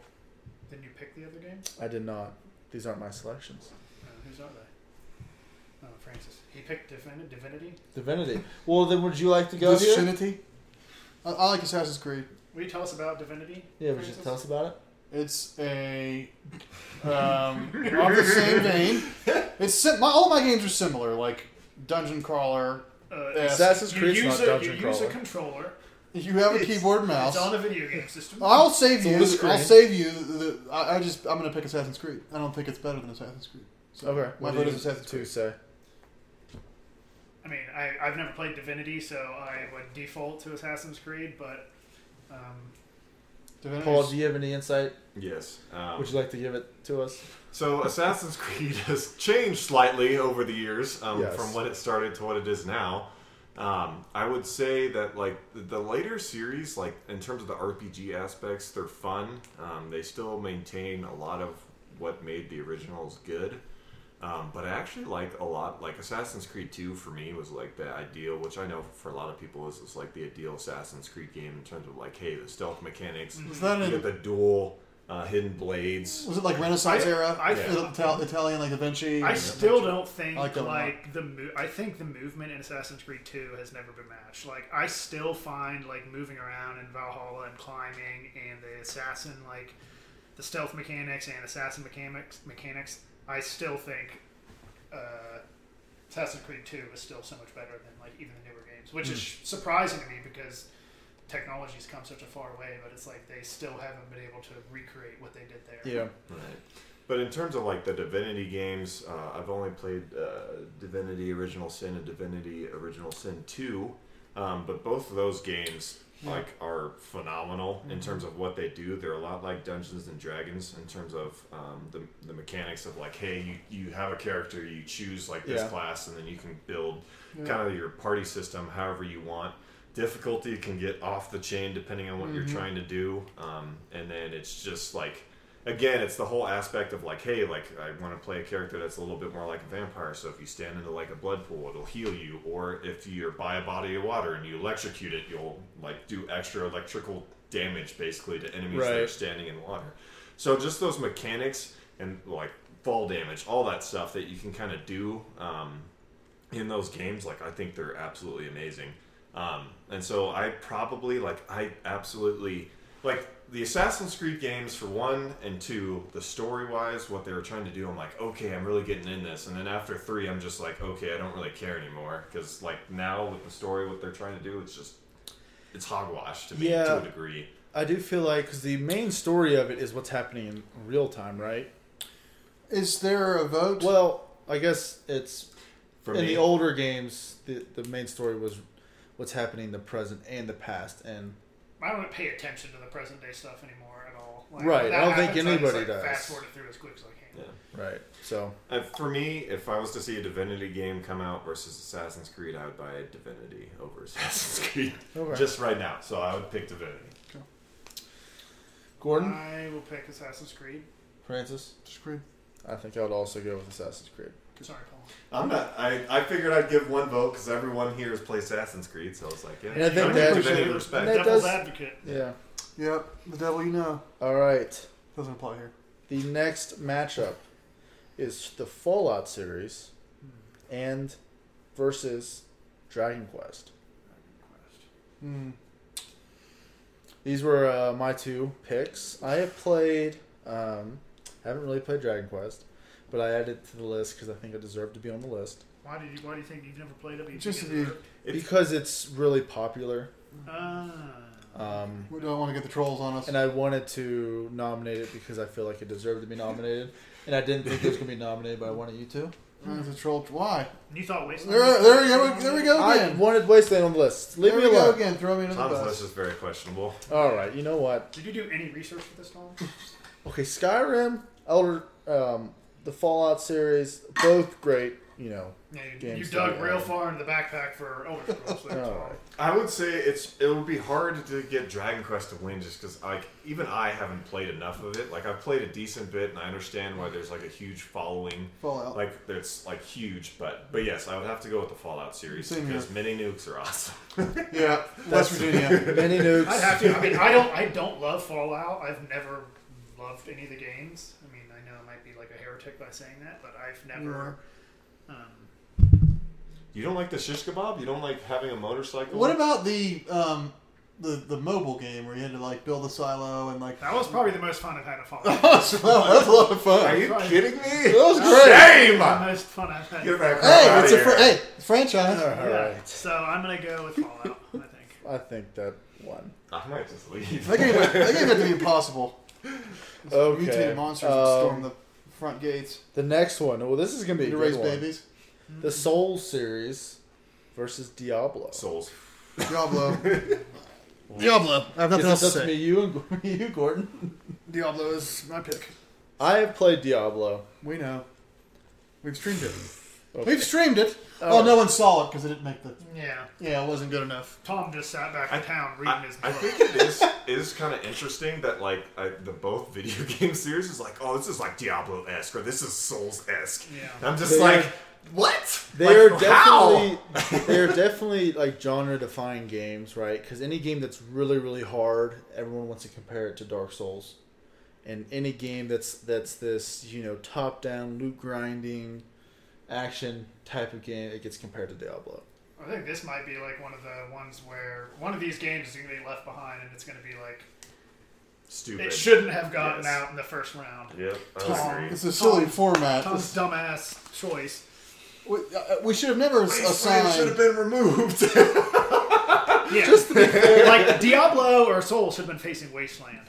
Didn't you pick the other game? I did not. These aren't my selections. Uh, who's are they? Oh, Francis. He picked Divin- Divinity. Divinity. Well, then would you like to go here? Vicinity? I, I like Assassin's Creed. Will you tell us about Divinity? Yeah, would you Francis? tell us about it? It's a (laughs) um, of the same vein. It's sim- my all my games are similar, like dungeon crawler. Uh, Yeah. Assassin's you Creed's use not a, dungeon you use crawler. a controller. You have a It's- keyboard and mouse. It's on a video game system. Oh, Ah. I'll save It's a you. little screen. I'll save you. The, I, I just I'm gonna pick Assassin's Creed. I don't think it's better than Assassin's Creed. So okay. My what vote do is you Assassin's two Creed. say? I mean, I, I've never played Divinity, so I would default to Assassin's Creed, but um, Divinity's- Paul, do you have any insight? Yes. Um, Would you like to give it to us? So Assassin's Creed (laughs) has changed slightly over the years um, Yes. from what it started to what it is now. Um, I would say that like the- the later series, like in terms of the RPG aspects, they're fun. Um, they still maintain a lot of what made the originals good. Um, but I actually like a lot, like Assassin's Creed 2 for me was like the ideal, which I know for a lot of people is, is like the ideal Assassin's Creed game in terms of like, hey, the stealth mechanics, Was that you in- get the dual uh, hidden blades. Was it like Renaissance I- era? I- Ital- Ital- Italian, like Da Vinci. I still don't think I like like, that one a lot. the mo- I think the movement in Assassin's Creed 2 has never been matched. Like I still find like moving around in Valhalla and climbing and the assassin like the stealth mechanics and assassin mechanics mechanics. I still think uh, Assassin's Creed 2 is still so much better than like even the newer games, which is surprising to me because technology's come such a far way, but it's like they still haven't been able to recreate what they did there. Yeah. Right. But in terms of like the Divinity games, uh, I've only played uh, Divinity Original Sin and Divinity Original Sin Two, um, but both of those games like are phenomenal in terms of what they do. They're a lot like Dungeons and Dragons in terms of um, the, the mechanics of like, hey, you, you have a character, you choose like this Yeah. class, and then you can build Yeah. kind of your party system however you want. Difficulty can get off the chain depending on what you're trying to do, um, and then it's just like again, it's the whole aspect of like, hey, like I want to play a character that's a little bit more like a vampire. So if you stand into like a blood pool, it'll heal you, or if you're by a body of water and you electrocute it, you'll like do extra electrical damage basically to enemies that are Right. standing in water. So just those mechanics and like fall damage, all that stuff that you can kind of do um, in those games, like I think they're absolutely amazing. Um, and so I probably like I absolutely like the Assassin's Creed games for one and two, the story wise, what they were trying to do. I'm like, okay, I'm really getting in this. And then after three, I'm just like, okay, I don't really care anymore because like now with the story, what they're trying to do, it's just it's hogwash to me to Yeah. a degree. I do feel like because the main story of it is what's happening in real time, right? Is there a vote? Well, I guess it's For in me, the older games. The the main story was what's happening in the present and the past, and I don't pay attention to the present day stuff anymore at all. Like, Right, when I don't think happens, I just, anybody like, does. Fast forward it through as quick as I can. Yeah. right. So Uh, for me, if I was to see a Divinity game come out versus Assassin's Creed, I would buy Divinity over Assassin's (laughs) Creed Okay. just right now. So I would pick Divinity. Gordon, I will pick Assassin's Creed. Francis, Assassin's Creed. I think I would also go with Assassin's Creed. Sorry, Paul. I'm not. I, I figured I'd give one vote because everyone here has played Assassin's Creed, so I was like, yeah. And I think I'm that- giving Divinity and respect. that Devil's does- advocate. Yeah. Yep, the devil you know All right. doesn't apply here. The next matchup is the Fallout series and versus Dragon Quest. Hmm. These were uh, my two picks. I have played. Um, I haven't really played Dragon Quest, but I added it to the list because I think it deserved to be on the list Why did you? Why do you think you've never played E it? but you Just think to be- it's It's- because it's really popular, a- Ah. um, We don't want to get the trolls on us. and I wanted to nominate it because I feel like it deserved to be nominated, and I didn't think it was gonna be nominated, but I wanted you to. There's a troll. Why? And you thought Wasteland? There, was- there, we go, there we go I again. wanted Wasteland on the list. Leave there me we go alone. again. Throw me into the Tom's list bus. is very questionable. All right, you know what? Did you do any research for this, Tom? Okay, Skyrim, Elder, um, the Fallout series, both great. you (laughs) know. Yeah, you, Games you dug that, real uh, far into the backpack for Elder Scrolls. That's all. I would say it's it would be hard to get Dragon Quest to win just because like even I haven't played enough of it. Like I've played a decent bit and I understand why there's like a huge following. Fallout. Like it's like huge, but but yes, I would have to go with the Fallout series Same here. because mini nukes are awesome. yeah, West (laughs) Virginia. Many nukes. I'd have to. I mean, I don't. I don't love Fallout. I've never loved any of the games. I mean, I know I might be like a heretic by saying that, but I've never. Um, You don't like the shish kebab? You don't like having a motorcycle? what about the um, the the mobile game where you had to like build a silo and like? that was probably the most fun I've had at That (laughs) (laughs) Fallout. was- that was a lot of fun. Are you Right. kidding That me? was great. Shame! the most fun I've had. Get that crap Hey, out it's of a here. fr- hey franchise. All right. So I'm gonna go with Fallout. I think. I think that one. I might just leave. That game, that game had to be impossible. (laughs) Okay. Mutated monsters would Um, storm the front gates The next one. Well, this is gonna be a to good raise one. babies. The Soul series versus Diablo. Souls. (laughs) Diablo. Diablo. I have Is this just me, you, and (laughs) me, you, Gordon? Diablo is my pick. I have played Diablo. We know. We've streamed it. Okay. We've streamed it. Oh. Oh, no one saw it because it didn't make the. Yeah. Yeah, it wasn't good enough. Tom just sat back in town reading I, his book. I think it is is kind of interesting that like I, the both video (laughs) game series is like oh this is like Diablo esque or this is Souls esque. Yeah. I'm just They like are- what? They Like, are how? definitely they are definitely like genre defying games, right? Because any game that's really really hard, everyone wants to compare it to Dark Souls, and any game that's that's this you know top down loot grinding action type of game, it gets compared to Diablo. I think this might be like one of the ones where one of these games is going to be left behind, and it's going to be like stupid. it shouldn't have gotten Yes. out in the first round. Yep, Tom. I agree. It's Oh, a silly Tom- format. Tom's dumbass choice. We, uh, we should have never should have assigned. been removed. Yeah, (laughs) like Diablo or Soul should have been facing (laughs) Wasteland,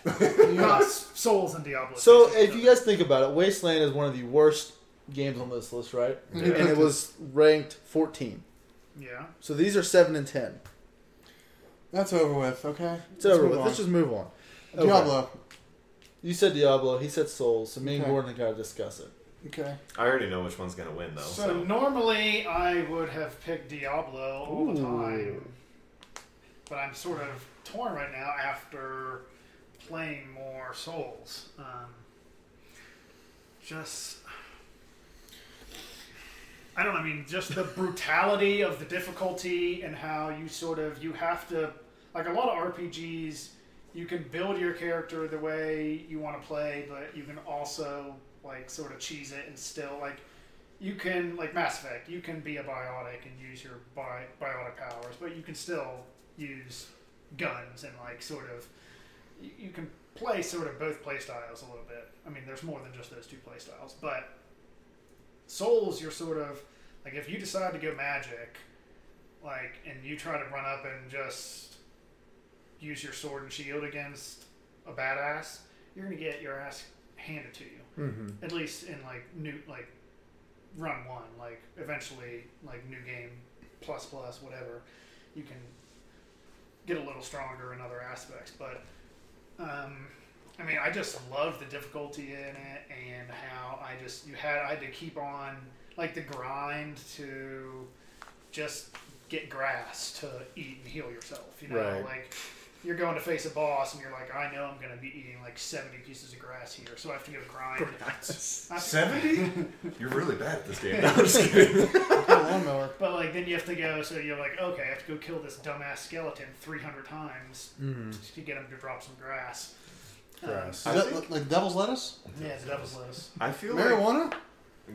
not S- Souls and Diablo. So facing if each you guys think about it, Wasteland is one of the worst games on this list, right? Yeah. And it was ranked 14. other. yeah, So these are seven and ten. That's over with. Okay. It's over. move with. on. Let's just move on. Okay. Diablo. You said Diablo. He said Souls. So me and Okay. Gordon got to discuss it. Okay. I already know which one's gonna win though. So normally I would have picked Diablo all the time, but I'm sort of torn right now after playing more Souls. Um, just. I don't know, I mean, just the brutality of the difficulty and how you sort of you have to like a lot of RPGs you can build your character the way you want to play, but you can also like sort of cheese it and still like you can like Mass Effect, you can be a biotic and use your bi- biotic powers, but you can still use guns and like sort of you, you can play sort of both play styles a little bit. I mean, there's more than just those two play styles, but Souls, you're sort of like if you decide to go magic, like and you try to run up and just use your sword and shield against a badass, you're gonna get your ass handed to you Mm-hmm. at least in like new like run one like eventually like new game plus plus whatever you can get a little stronger in other aspects but um i mean i just loved the difficulty in it and how i just you had i had to keep on like the grind to just get grass to eat and heal yourself you know Right. like you're going to face a boss and you're like i know i'm going to be eating like 70 pieces of grass here so i have to go grind (laughs) Seventy? You're really bad at this game. No, I'm just kidding. Get a lawnmower. But like then you have to go, so you're like, okay, I have to go kill this dumbass skeleton 300 times Mm-hmm. to get him to drop some grass. Um, Grass. I Is that think- like devil's lettuce? yeah, the devil's lettuce. I feel like Marijuana?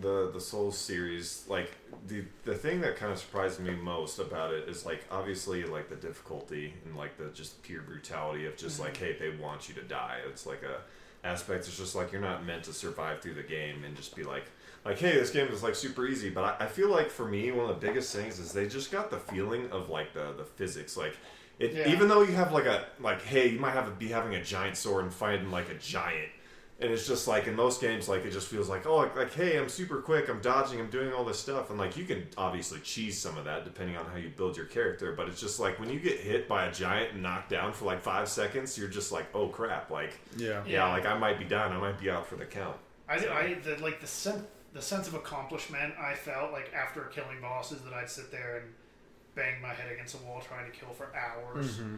the the Souls series, like the the thing that kind of surprised me most about it is like obviously like the difficulty and like the just pure brutality of just like hey they want you to die. It's like a aspect. It's just like you're not meant to survive through the game and just be like like hey this game is like super easy. But I, I feel like for me one of the biggest things is they just got the feeling of like the the physics like. It, Yeah. Even though you have like a like, hey, you might have a, be having a giant sword and fighting like a giant, and it's just like in most games, like it just feels like, oh, like, like, hey, I'm super quick, I'm dodging, I'm doing all this stuff, and like you can obviously cheese some of that depending on how you build your character, but it's just like when you get hit by a giant and knocked down for like five seconds, you're just like, oh crap, like Yeah. yeah, Yeah. like I might be done, I might be out for the count. I, I the, like the synth the sense of accomplishment I felt like after killing bosses that I'd sit there and bang my head against a wall trying to kill for hours. Mm-hmm.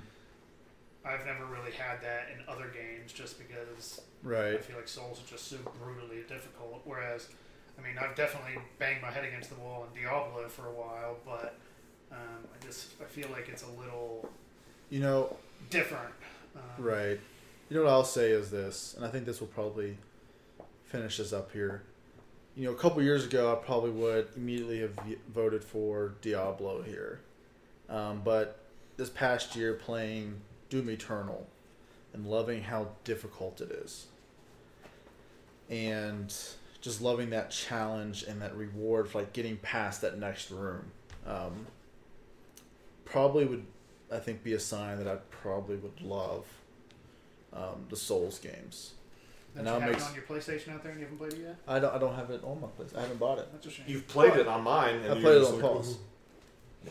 I've never really had that in other games just because I Right. feel like Souls are just so brutally difficult. Whereas, I mean, I've definitely banged my head against the wall in Diablo for a while, but um, I just I feel like it's a little You know, different. Um, right. You know what I'll say is this, and I think this will probably finish this up here. You know, a couple years ago, I probably would immediately have v- voted for Diablo here. Um, but this past year, playing Doom Eternal and loving how difficult it is, and just loving that challenge and that reward for like getting past that next room, um, probably would I think be a sign that I probably would love um, the Souls games. That And you that have it makes- on your PlayStation out there and you haven't played it yet. I don't I don't have it on my place. I haven't bought it. That's a shame. You've played it on mine. And I you played it just on like, pause.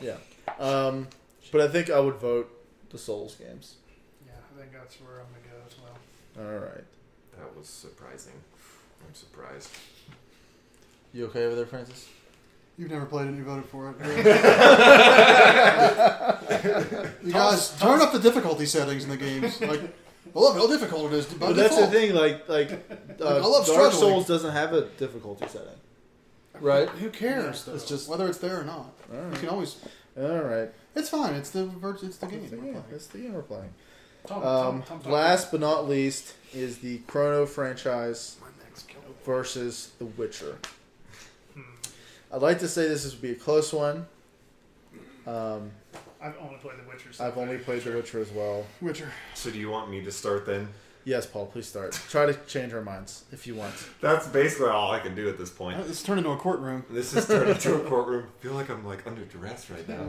Yeah. Um, but I think I would vote the Souls games. yeah, I think that's where I'm gonna go as well. All right. That was surprising. I'm surprised. You okay over there, Francis? You've never played it. You voted (laughs) for it. you guys turn up the difficulty settings in the games. Like, I love how difficult it is. By But that's the default. thing. Like, like uh, I love Dark struggling. Souls doesn't have a difficulty setting, right? Who cares? Yeah. though? It's just- whether it's there or not. All You right. can always. All right. It's fine. It's the vir- it's the game. That's the we're game. playing. That's the game we're playing. Tom, Um, Tom, Tom, Tom, last but not least is the Chrono franchise my next kill. versus The Witcher. Hmm. I'd like to say this is- would be a close one. Um, I've only played The Witcher. so I've only played The Witcher as well. Witcher. So do you want me to start then? Yes, Paul, please start. Try to change our minds if you want. That's basically all I can do at this point. It's turned Uh, into a courtroom. This is turned into a courtroom. I feel like I'm like under duress right now.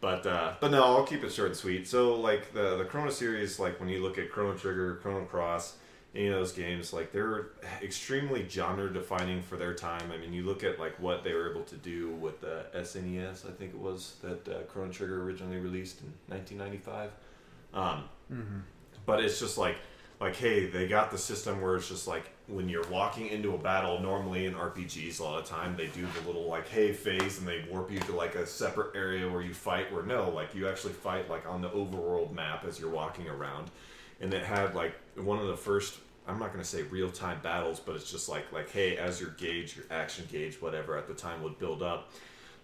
But uh, but no, I'll keep it short and sweet. So like the the Chrono series, like when you look at Chrono Trigger, Chrono Cross, any of those games, like they're extremely genre defining for their time. I mean, you look at like what they were able to do with the SNES, I think it was that uh, Chrono Trigger originally released in 1995. Um, But it's just like like hey, they got the system where it's just like when you're walking into a battle. Normally in RPGs, a lot of time they do the little like hey phase and they warp you to like a separate area where you fight. Where no, like you actually fight like on the overworld map as you're walking around, and it had like one of the first. I'm not gonna say real time battles, but it's just like like hey, as your gauge, your action gauge, whatever at the time would build up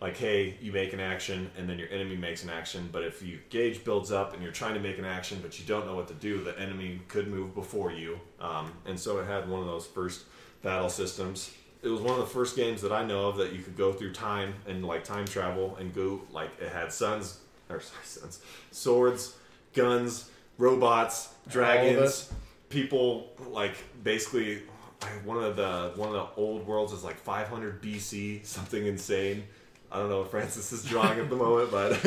like hey you make an action and then your enemy makes an action but if you gauge builds up and you're trying to make an action but you don't know what to do the enemy could move before you um, and so it had one of those first battle systems it was one of the first games that i know of that you could go through time and like time travel and go like it had suns or (laughs) sorry, suns swords guns robots dragons people like basically one of the one of the old worlds is like 500 BC, something insane. I don't know what Francis is drawing at the moment, but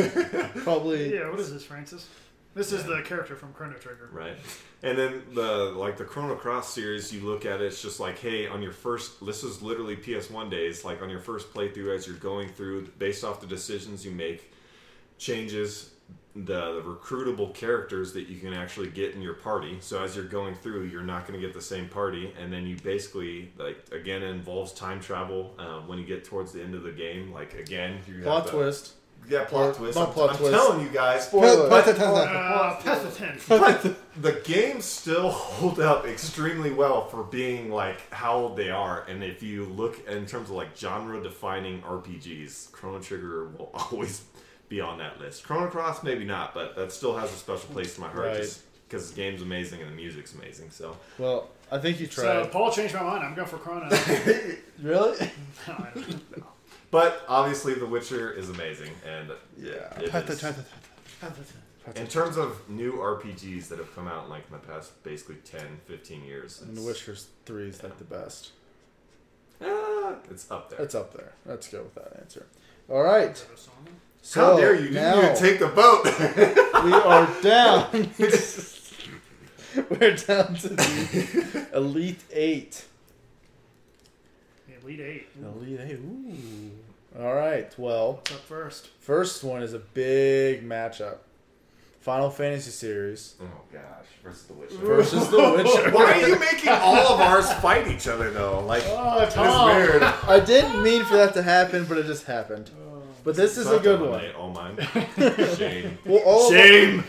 (laughs) Probably. Yeah, what is this, Francis? This is the character from Chrono Trigger. right. And then the like the Chrono Cross series, you look at it, it's just like, hey, on your first this is literally PS1 days, like on your first playthrough as you're going through, based off the decisions you make, changes the, the recruitable characters that you can actually get in your party. So as you're going through, you're not going to get the same party, and then you basically like again it involves time travel. Um, when you get towards the end of the game, like again, you have Plot the- twist. yeah, plot Or- twist. not I'm, plot I'm twist. telling you guys, Spoiler. but- Oh, Uh, (laughs) Pethathin. but the games still (laughs) hold up extremely well for being like how old they are and if you look in terms of like genre defining rpgs chrono trigger will (laughs) always be on that list chrono cross maybe not but that still has a special place in my heart Right. just because the game's amazing and the music's amazing so Well, I think you tried. So Paul changed my mind. I'm going (laughs) for Chrono. (laughs) really? No, I don't. but obviously the witcher is amazing and Yeah. it is- Pethathin. in terms of new rpgs that have come out in like the past basically 10 15 years And The it's- Witcher's three is like the best. ah, it's up there It's up there. Let's go with that answer. All right. Is that a song? So How dare you? You now didn't even take the vote. (laughs) we are down. (laughs) We're down to the elite eight. Yeah, Elite Eight. Elite eight. Ooh. All right. Well, What's up first? First one is a big matchup. Final Fantasy series Oh gosh, versus the Witcher. versus The Witcher. (laughs) Why are you making all of ours fight each other though? Like Oh, it is weird. I didn't mean for that to happen, but it just happened. But this is a good one. Oh mine. (laughs) Shame. Well, all of us- Shame.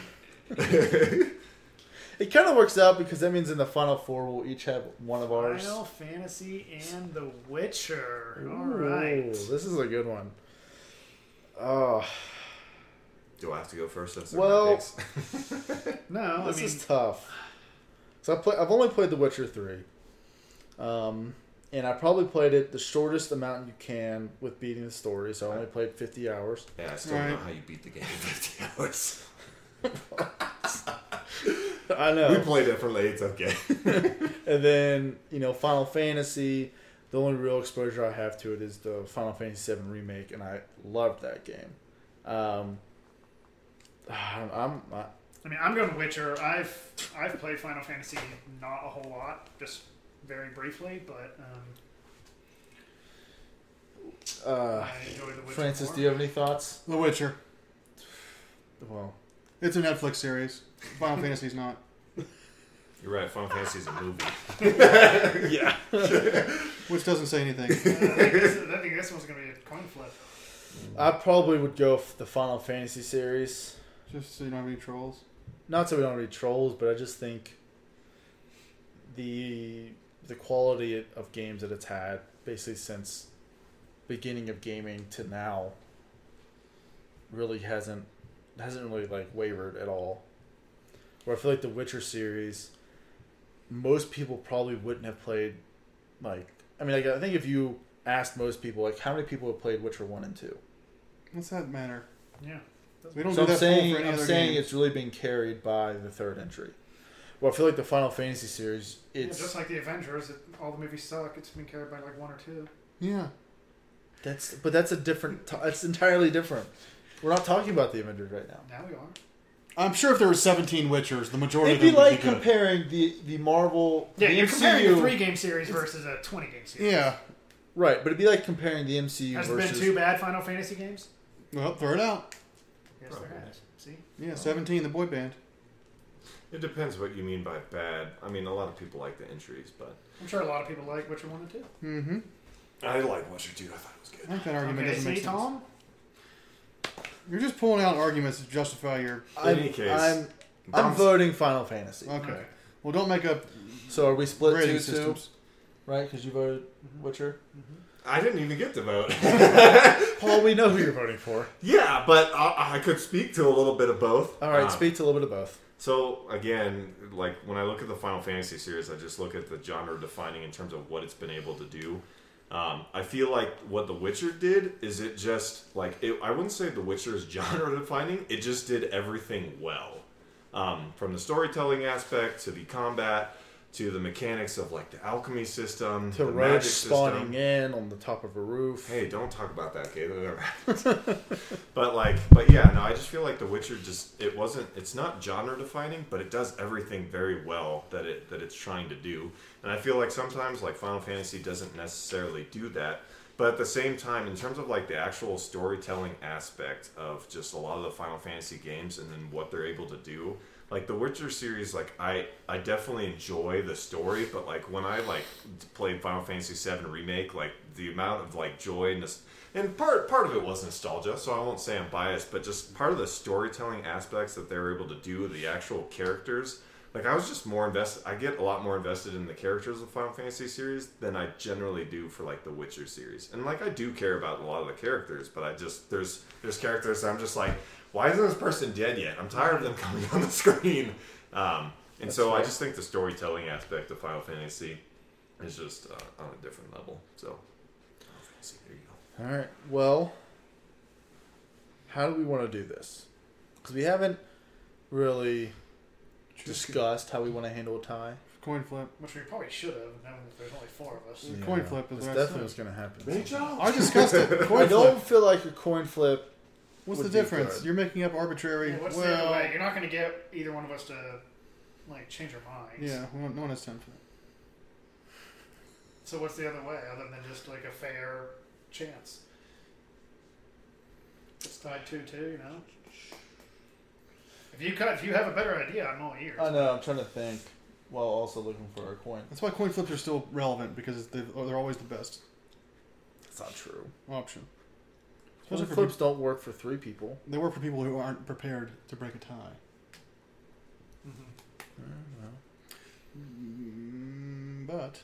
it kind of works out because that means in the final four we'll each have one of ours. Final Fantasy and The Witcher. All Ooh, right. this is a good one. Oh, (laughs) Do I have to go first? That's Well- No, this I mean, is tough. So I play, I've only played The Witcher three, um, and I probably played it the shortest amount you can with beating the story. So I only played fifty hours. (laughs) yeah, I still don't know Right. how you beat the game in 50 (laughs) hours. I We know. played it for late, okay. And then you know Final Fantasy. The only real exposure I have to it is the Final Fantasy VII remake, and I loved that game. Um, I'm, I'm I, I mean, I'm going Witcher. I've I've played Final Fantasy not a whole lot, just very briefly, but um, uh, I enjoy The Witcher. Francis, more. do you have any thoughts? The Witcher. Well, It's a Netflix series. Final Fantasy's not. (laughs) You're right, Final Fantasy is a movie. yeah. Which doesn't say anything. Uh, I, think this, I think this one's going to be a coin flip. Mm-hmm. I probably would go for the Final Fantasy series. Just so you don't have any trolls. Not so we don't read trolls, but I just think the the quality of games that it's had basically since beginning of gaming to now really hasn't hasn't really like wavered at all. Where I feel like the Witcher series, most people probably wouldn't have played. Like, I mean, like, I think if you asked most people, like, how many people have played Witcher one and two, What's that matter? Yeah. We don't so do I'm that poll saying, for any I'm other saying game. it's really been carried by the third entry. Well, I feel like the Final Fantasy series, it's yeah, just like the Avengers, it, all the movies suck. It's been carried by like one or two. Yeah. that's, but that's a different. to- It's entirely different. We're not talking about the Avengers right now. Now we are. I'm sure if there were 17 Witchers, the majority It'd be of them like would be good. comparing the the Marvel, Yeah, the you're comparing MCU, a three game series versus a 20 game series. yeah. right? But it'd be like comparing the MCU Has there been versus two bad Final Fantasy games? Well, throw it out. Yes, Probably. there has. See? Yeah, 17, the boy band. It depends what you mean by bad. I mean, a lot of people like the entries, but I'm sure a lot of people like Witcher 1 and 2. Mm-hmm. I like Witcher 2. I thought it was I good. think that argument okay, doesn't see, make sense. Tom? You're just pulling out arguments to justify your. I'm, In any case, I'm, I'm Dom's- voting Final Fantasy. Okay. Well, don't make up So are we split grading two two? systems. Right? Because you voted Mhm. Witcher. I didn't even get to vote. (laughs) Paul, we know who you're voting for. yeah, but I, I could speak to a little bit of both. All right, Um, speak to a little bit of both. So again, like when I look at the Final Fantasy series, I just look at the genre defining in terms of what it's been able to do. Um, I feel like what The Witcher did is it just like it, I wouldn't say The Witcher is (laughs) genre defining. It just did everything well, um, from the storytelling aspect to the combat to the mechanics of like the alchemy system, to the Roach magic spawning system. in on the top of a roof. Hey, don't talk about that, okay? That never happened. but like, but yeah, no, I just feel like The Witcher just it wasn't. It's not genre defining, but it does everything very well that it that it's trying to do. And I feel like sometimes like Final Fantasy doesn't necessarily do that. But at the same time, in terms of like the actual storytelling aspect of just a lot of the Final Fantasy games and then what they're able to do, like the Witcher series, like I I definitely enjoy the story, but like when I like played Final Fantasy VII remake, like the amount of like joy and this, and part part of it was nostalgia, so I won't say I'm biased, but just part of the storytelling aspects that they were able to do, the actual characters. Like I was just more invested. I get a lot more invested in the characters of the Final Fantasy series than I generally do for like the Witcher series. And like I do care about a lot of the characters, but I just there's there's characters that I'm just like, why isn't this person dead yet? I'm tired of them (laughs) coming on the screen. Um, and so I fair. just think the storytelling aspect of Final Fantasy is just uh, on a different level. So Final Fantasy, there you go. All right. Well, how do we want to do this? Because we haven't really Just discussed how we want to handle a tie. coin flip. Which we probably should have, knowing that there's only four of us. The coin flip is That's what I definitely said. what's going to happen. I (laughs) discussed it. I Coin flip. don't feel like a coin flip. What's the would be difference? good. You're making up arbitrary. Yeah, what's the well, other way? You're not going to get either one of us to like change our minds. yeah, we don't- no one has time for that. So what's the other way other than just like a fair chance? It's tied two two, you know. If you cut, if you have a better idea, I'm all ears. I know. I'm trying to think while also looking for a coin. That's why coin flips are still relevant because they they're always the best That's not true. option. Especially Coin for flips don't work for three people. They work for people who aren't prepared to break a tie. Mm-hmm. Mm, but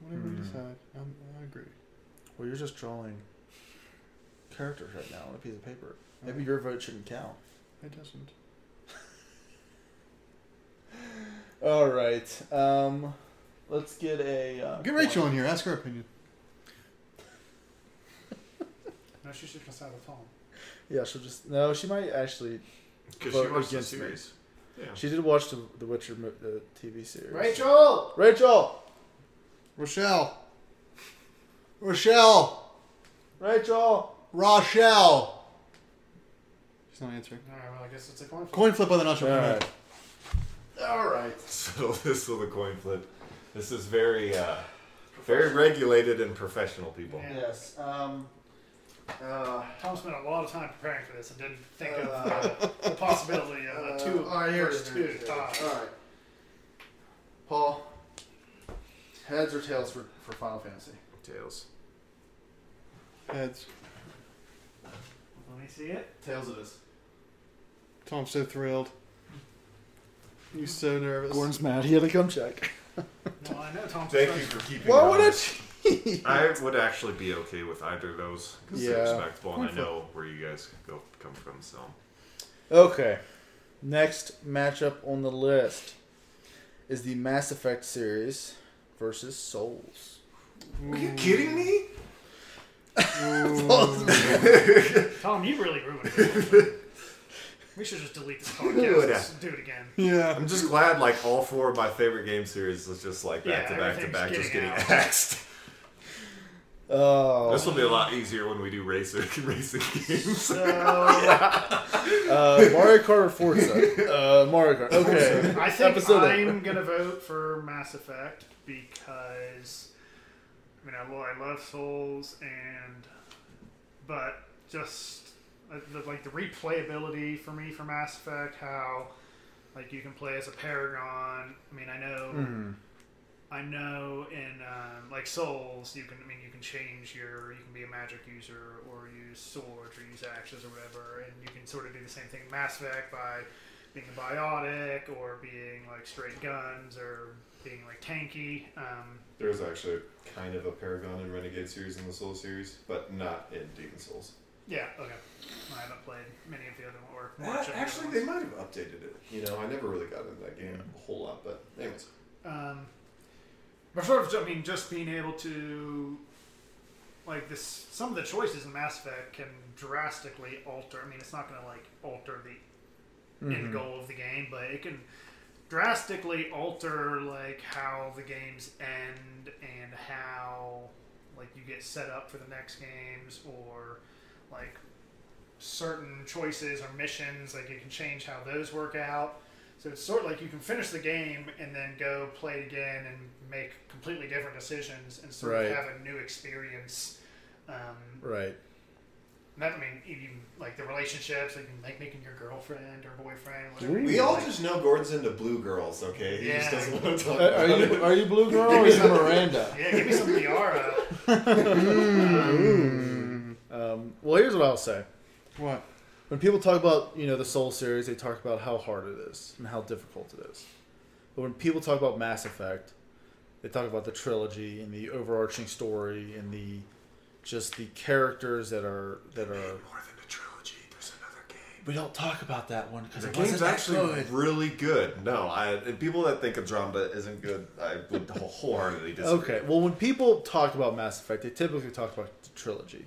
whatever you Hmm. decide, I'm, I agree. Well, you're just drawing characters right now on a piece of paper. Maybe Okay. your vote shouldn't count. It doesn't. All right. Um, let's get a. Uh, Get coin. Rachel in here. Ask her opinion. No, she should just have a phone. Yeah, she'll just. No, she might actually. Because she Vote watched the against me. series. Yeah. She did watch the, the Witcher mo- the TV series. Rachel. Rachel. Rochelle. Rochelle. Rachel. Rochelle. She's not answering. All right. Well, I guess it's a coin. flip. Coin flip on the All nacho. right. All right. (laughs) So this is the coin flip. This is very, uh, very regulated and professional, people. Yeah. Yes. Um. Uh. Tom spent a lot of time preparing for this and didn't think of uh, the possibility of (laughs) a two uh, all right, here it versus is, two here it is. tie. All right. Paul. Heads or tails for, for Final Fantasy? Tails. Heads. Let me see it. Tails it is. Tom's so thrilled. He's so nervous. mad. He had to come check. No, I know Tom's. Thank you excited. for keeping. Why that would on. it? I would actually be okay with either of those because they're Yeah. respectful, and I Coin flip. know where you guys go come from. So Okay. Next matchup on the list is the Mass Effect series versus Souls. are you kidding me? Tom, you really ruined it. (laughs) we should just delete this podcast. Dude. Let's do it again. Yeah. I'm just glad like all four of my favorite game series was just like back Yeah, to back to everything's back, just getting getting out. (laughs) axed. (laughs) Oh, This will be a lot easier when we do racer (laughs) racing games. So uh, Mario Kart or (laughs) Forza? Uh, Mario Kart. Okay. (laughs) I think Episode eight. I'm gonna vote for Mass Effect because I mean I, lo- I love Souls and but just uh, the, like the replayability for me for Mass Effect how like you can play as a Paragon. I mean I know I know in um, like Souls, you can I mean you can change your you can be a magic user or use swords or use axes or whatever, and you can sort of do the same thing in Mass Effect by being a biotic or being like straight guns or being like tanky. Um, There's actually kind of a Paragon and Renegade series in the Soul series, but not in Demon Souls. yeah, okay. I haven't played many of the other one or watched any of the Uh, Actually, ones. they might have updated it. You know, I never really got into that game a whole lot, but anyways. Um, but sort of, I mean, just being able to, like this, some of the choices in Mass Effect can drastically alter. I mean, it's not going to like alter the Mm-hmm. end goal of the game, but it can drastically alter like how the games end and how like you get set up for the next games or like certain choices or missions like it can change how those work out so it's sort of like you can finish the game and then go play it again and make completely different decisions and sort Right. of have a new experience. Um, Mm-hmm. Right. not, I mean, even like the relationships, like like making your girlfriend or boyfriend, whatever. Ooh. you We all like. just know Gordon's into blue girls, okay? He just Yeah. doesn't want to talk Uh, Are, about are you it. are you blue girl or are you Miranda? yeah, give me some Liara. Um, well, here's what I'll say. What? When people talk about you know the Soul series, they talk about how hard it is and how difficult it is. But when people talk about Mass Effect, they talk about the trilogy and the overarching story and the just the characters that are that are. More than a trilogy, there's another game. We don't talk about that one because The it game's wasn't actually actually good. really good. No, I and people that think Andromeda isn't good, I would wholeheartedly disagree. Okay, well, when people talk about Mass Effect, they typically talk about the trilogy.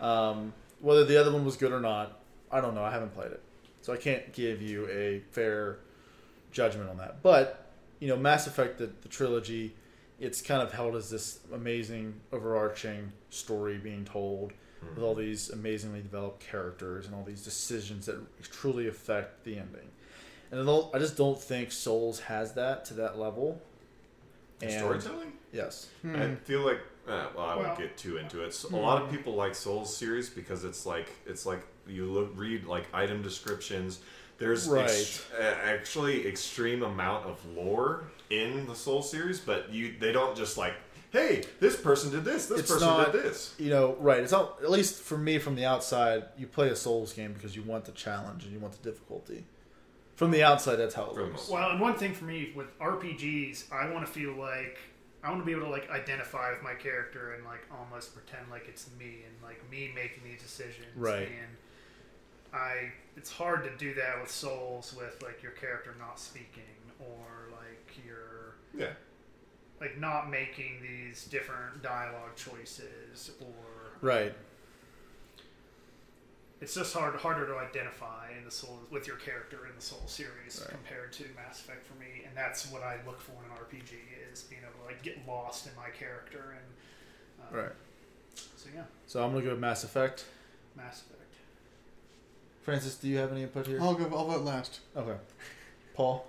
Um, whether the other one was good or not, I don't know. I haven't played it, so I can't give you a fair judgment on that. But you know, Mass Effect, the, the trilogy, it's kind of held as this amazing, overarching story being told with all these amazingly developed characters and all these decisions that truly affect the ending. And I don't- I just don't think Souls has that to that level. And Storytelling? Yes. I feel like uh, well, I Well- won't get too into it. So, A lot Hmm. of people like Souls series because it's like it's like you look read like item descriptions. There's Right. ex- uh, actually extreme amount of lore in the Soul series, but you they don't just like, hey, this person did this, this It's person not- did this. you know, right? It's not at least for me from the outside. You play a Souls game because you want the challenge and you want the difficulty. From the outside, that's how it For the works. most- Well, and one thing for me with RPGs, I want to feel like I want to be able to like identify with my character and like almost pretend like it's me and like me making these decisions. Right. And I, it's hard to do that with Souls with like your character not speaking or like your Yeah. like not making these different dialogue choices or Right. it's just hard harder to identify in the soul with your character in the soul series Right. compared to mass effect for me and that's what i look for in an rpg is being able to like get lost in my character and um, Right. so yeah So I'm gonna go with Mass Effect. mass effect Francis, do you have any input here? I'll go. I'll vote last. Okay. Paul.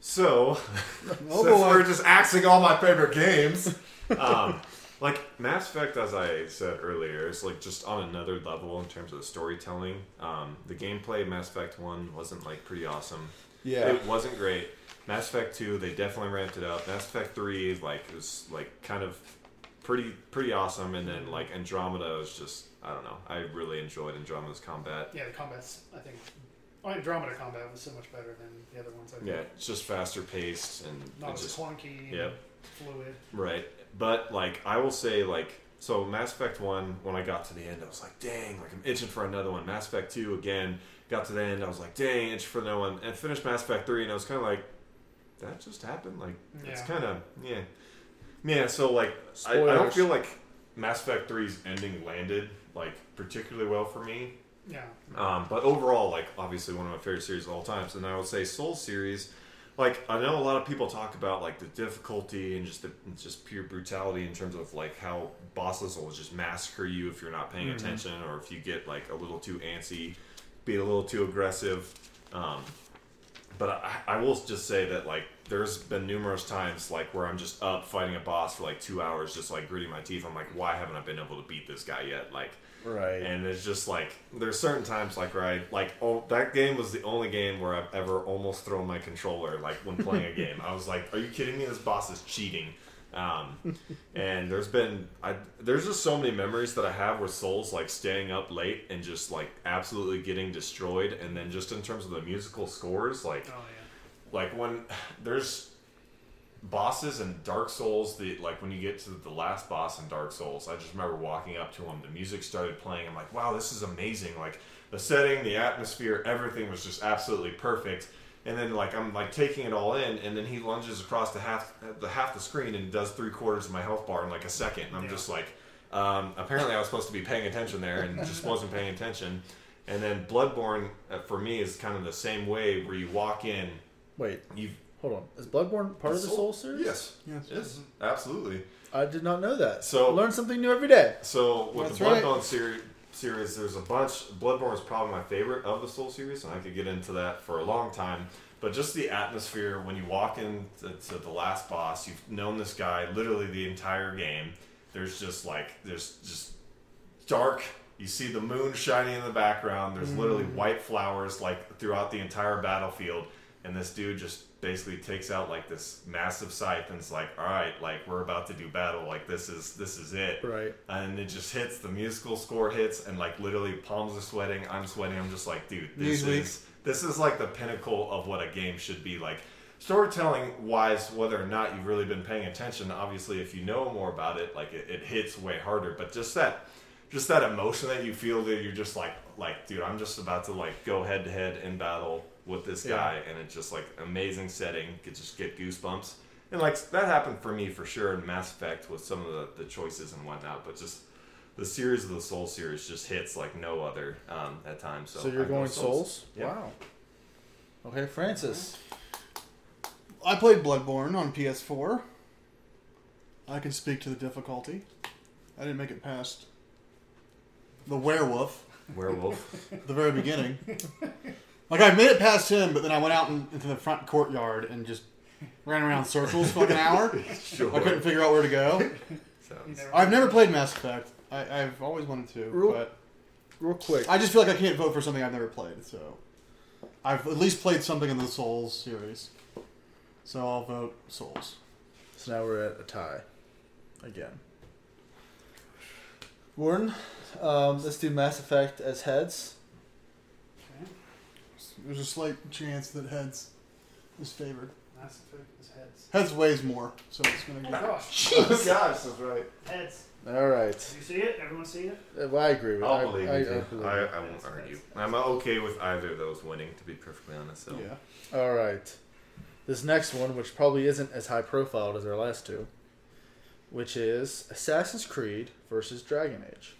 So, (laughs) Oh since boy. we're just axing all my favorite games, um, like Mass Effect, as I said earlier, is like just on another level in terms of the storytelling. Um, the gameplay of Mass Effect One wasn't like pretty awesome. It wasn't great. Mass Effect 2, they definitely ramped it up. Mass Effect 3, like, it was, like, kind of pretty pretty awesome. And then, like, Andromeda was just, I don't know. I really enjoyed Andromeda's combat. yeah the combat's i think oh, andromeda combat was so much better than the other ones i think Yeah, it's just faster paced and it not as just, clunky and Yep. fluid right. But, like, I will say, like, so Mass Effect 1, when I got to the end, I was like, dang, like, I'm itching for another one. Mass Effect 2, again, got to the end, I was like, dang, itching for another one. And finished Mass Effect 3, and I was kind of like, that just happened. Like, it's Yeah. kind of, yeah. Yeah, so, like, I, I don't Spoilers. feel like Mass Effect 3's ending landed, like, particularly well for me. yeah Um, but overall, like obviously one of my favorite series of all time. So then I would say Soul series. Like I know a lot of people talk about like the difficulty and just the just pure brutality in terms of like how bosses will just massacre you if you're not paying attention or if you get like a little too antsy, be a little too aggressive. Um, but I, I will just say that like there's been numerous times like where I'm just up fighting a boss for like two hours, just like gritting my teeth. I'm like, why haven't I been able to beat this guy yet? Like Right. and it's just like there's certain times like where I like oh that game was the only game where I've ever almost thrown my controller like when playing a game. I was like, are you kidding me? This boss is cheating. Um, and there's been I there's just so many memories that I have with Souls like staying up late and just like absolutely getting destroyed. And then just in terms of the musical scores, like oh yeah like when (sighs) there's bosses in Dark Souls the like when you get to the last boss in Dark Souls I just remember walking up to him the music started playing I'm like wow this is amazing like the setting the atmosphere everything was just absolutely perfect and then like I'm like taking it all in and then he lunges across the half the half the screen and does three quarters of my health bar in like a second and I'm Yeah. just like um, apparently I was supposed to be paying attention there and just wasn't paying attention and then Bloodborne uh, for me is kind of the same way where you walk in Wait. you Hold on. Is Bloodborne part of the Soul series? Yes. Yes. Yes. Absolutely. I did not know that. So- learn something new every day. So with That's the right. Bloodborne seri- series, there's a bunch. Bloodborne is probably my favorite of the Soul series, and I could get into that for a long time. But just the atmosphere when you walk into to the last boss, you've known this guy literally the entire game. There's just like there's just dark. You see the moon shining in the background. There's literally Mm. white flowers like throughout the entire battlefield. And this dude just basically takes out like this massive scythe and is like, "All right, like we're about to do battle. Like this is this is it." Right. and it just hits the musical score hits and like literally palms are sweating i'm sweating i'm just like dude this Newsweek. is this is like the pinnacle of what a game should be like storytelling wise whether or not you've really been paying attention obviously if you know more about it like it, it hits way harder but just that just that emotion that you feel that you're just like like dude i'm just about to like go head to head in battle with this Yeah. guy and it's just like amazing setting could just get goosebumps and like that happened for me for sure in mass effect with some of the, the choices and whatnot but just the series of the soul series just hits like no other um, at times so, So, you're I go going Souls? Yeah. Wow. Okay, Francis. I played Bloodborne on PS4. I can speak to the difficulty. I didn't make it past the werewolf (laughs) werewolf (laughs) at the very beginning. like I made it past him, but then I went out in, into the front courtyard and just ran around circles for like an hour. sure I couldn't figure out where to go. You (laughs) Sounds- never- I've never played Mass Effect. I, I've always wanted to, Real- but Real quick. I just feel like I can't vote for something I've never played. So I've at least played something in the Souls series, so I'll vote Souls. So now we're at a tie. Again. Warden, um, let's do Mass Effect as heads. Okay. There's a slight chance that heads is favored. Mass Effect is heads. Heads weighs more, so it's Oh gonna go. gosh, (laughs) Oh, gosh, that's right. heads. All right. Do you see it? Everyone see it? Uh, well, I agree with I, I'll believe I- you. I dude. believe I, you. I won't argue. I'm okay with either of those winning, to be perfectly honest. So. Yeah. All right. This next one, which probably isn't as high profiled as our last two, which is Assassin's Creed versus Dragon Age.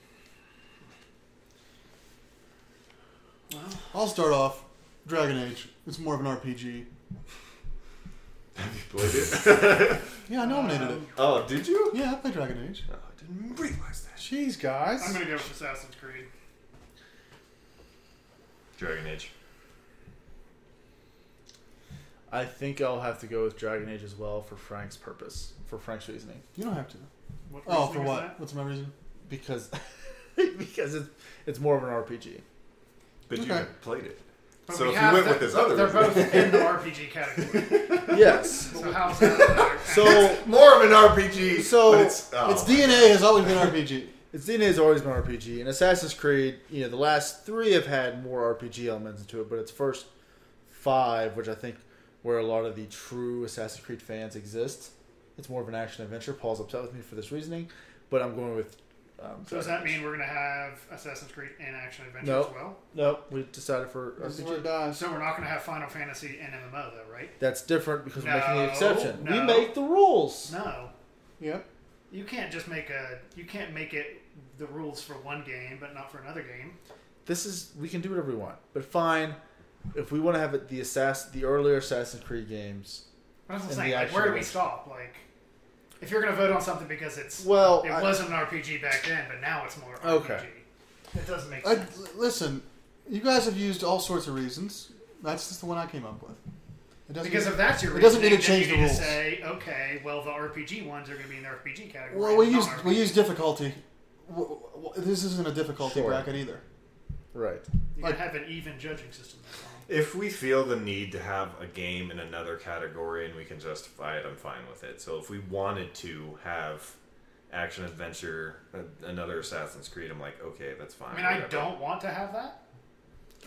I'll start off. Dragon Age. It's more of an RPG. Have you (laughs) played it? Yeah, I Um, nominated it. oh, did you? Yeah, I played Dragon Age. Oh, I didn't realize that. Jeez, guys. I'm gonna go with Assassin's Creed. Dragon Age. I think I'll have to go with Dragon Age as well for Frank's purpose, for Frank's reasoning, you don't have to. What Oh, reasoning for is what? that? What's my reason? because (laughs) because it's it's more of an (laughs) RPG. But you Okay. haven't played it. But so we if you have went the- with this other They're one- both in the RPG (laughs) category. Yes. So how's that? So more of an RPG. So, but it's, oh. Its DNA has always been (laughs) RPG. It's DNA has always been RPG, and Assassin's Creed, you know, the last three have had more RPG elements into it, but its first five, which I think where a lot of the true Assassin's Creed fans exist, it's more of an action adventure. Paul's upset with me for this reasoning, but I'm going with. Um, So Dragon does that Age. mean we're gonna have Assassin's Creed and action adventure No. as well? Nope, we decided for This is RPG. where it dies. So we're not gonna have Final Fantasy and MMO though, right? That's different because we're making an No, exception. We no. make the rules. No, Yep. you can't just make a you can't make it the rules for one game but not for another game. This is we can do whatever we want, but fine. If we want to have it, the assass the earlier Assassin's Creed games. That's what I'm And saying. the Like, where do we action- stop? Like, if you're gonna vote on something because it's Well, it I- wasn't an RPG back then, but now it's more RPG. Okay. It doesn't make I, sense. listen, you guys have used all sorts of reasons. That's just the one I came up with. It doesn't because if that's your it doesn't reasoning, need to then change you the need rules. To say okay, well the RPG ones are going to be in the RPG category. well, we and not use we RPG. use difficulty. W- w- This isn't a difficulty Sure. bracket either. Right. You like- can have an even judging system. That's all. If we feel the need to have a game in another category and we can justify it, I'm fine with it. So if we wanted to have action adventure, a- another Assassin's Creed, I'm like, okay, that's fine. I mean, I whatever. don't want to have that,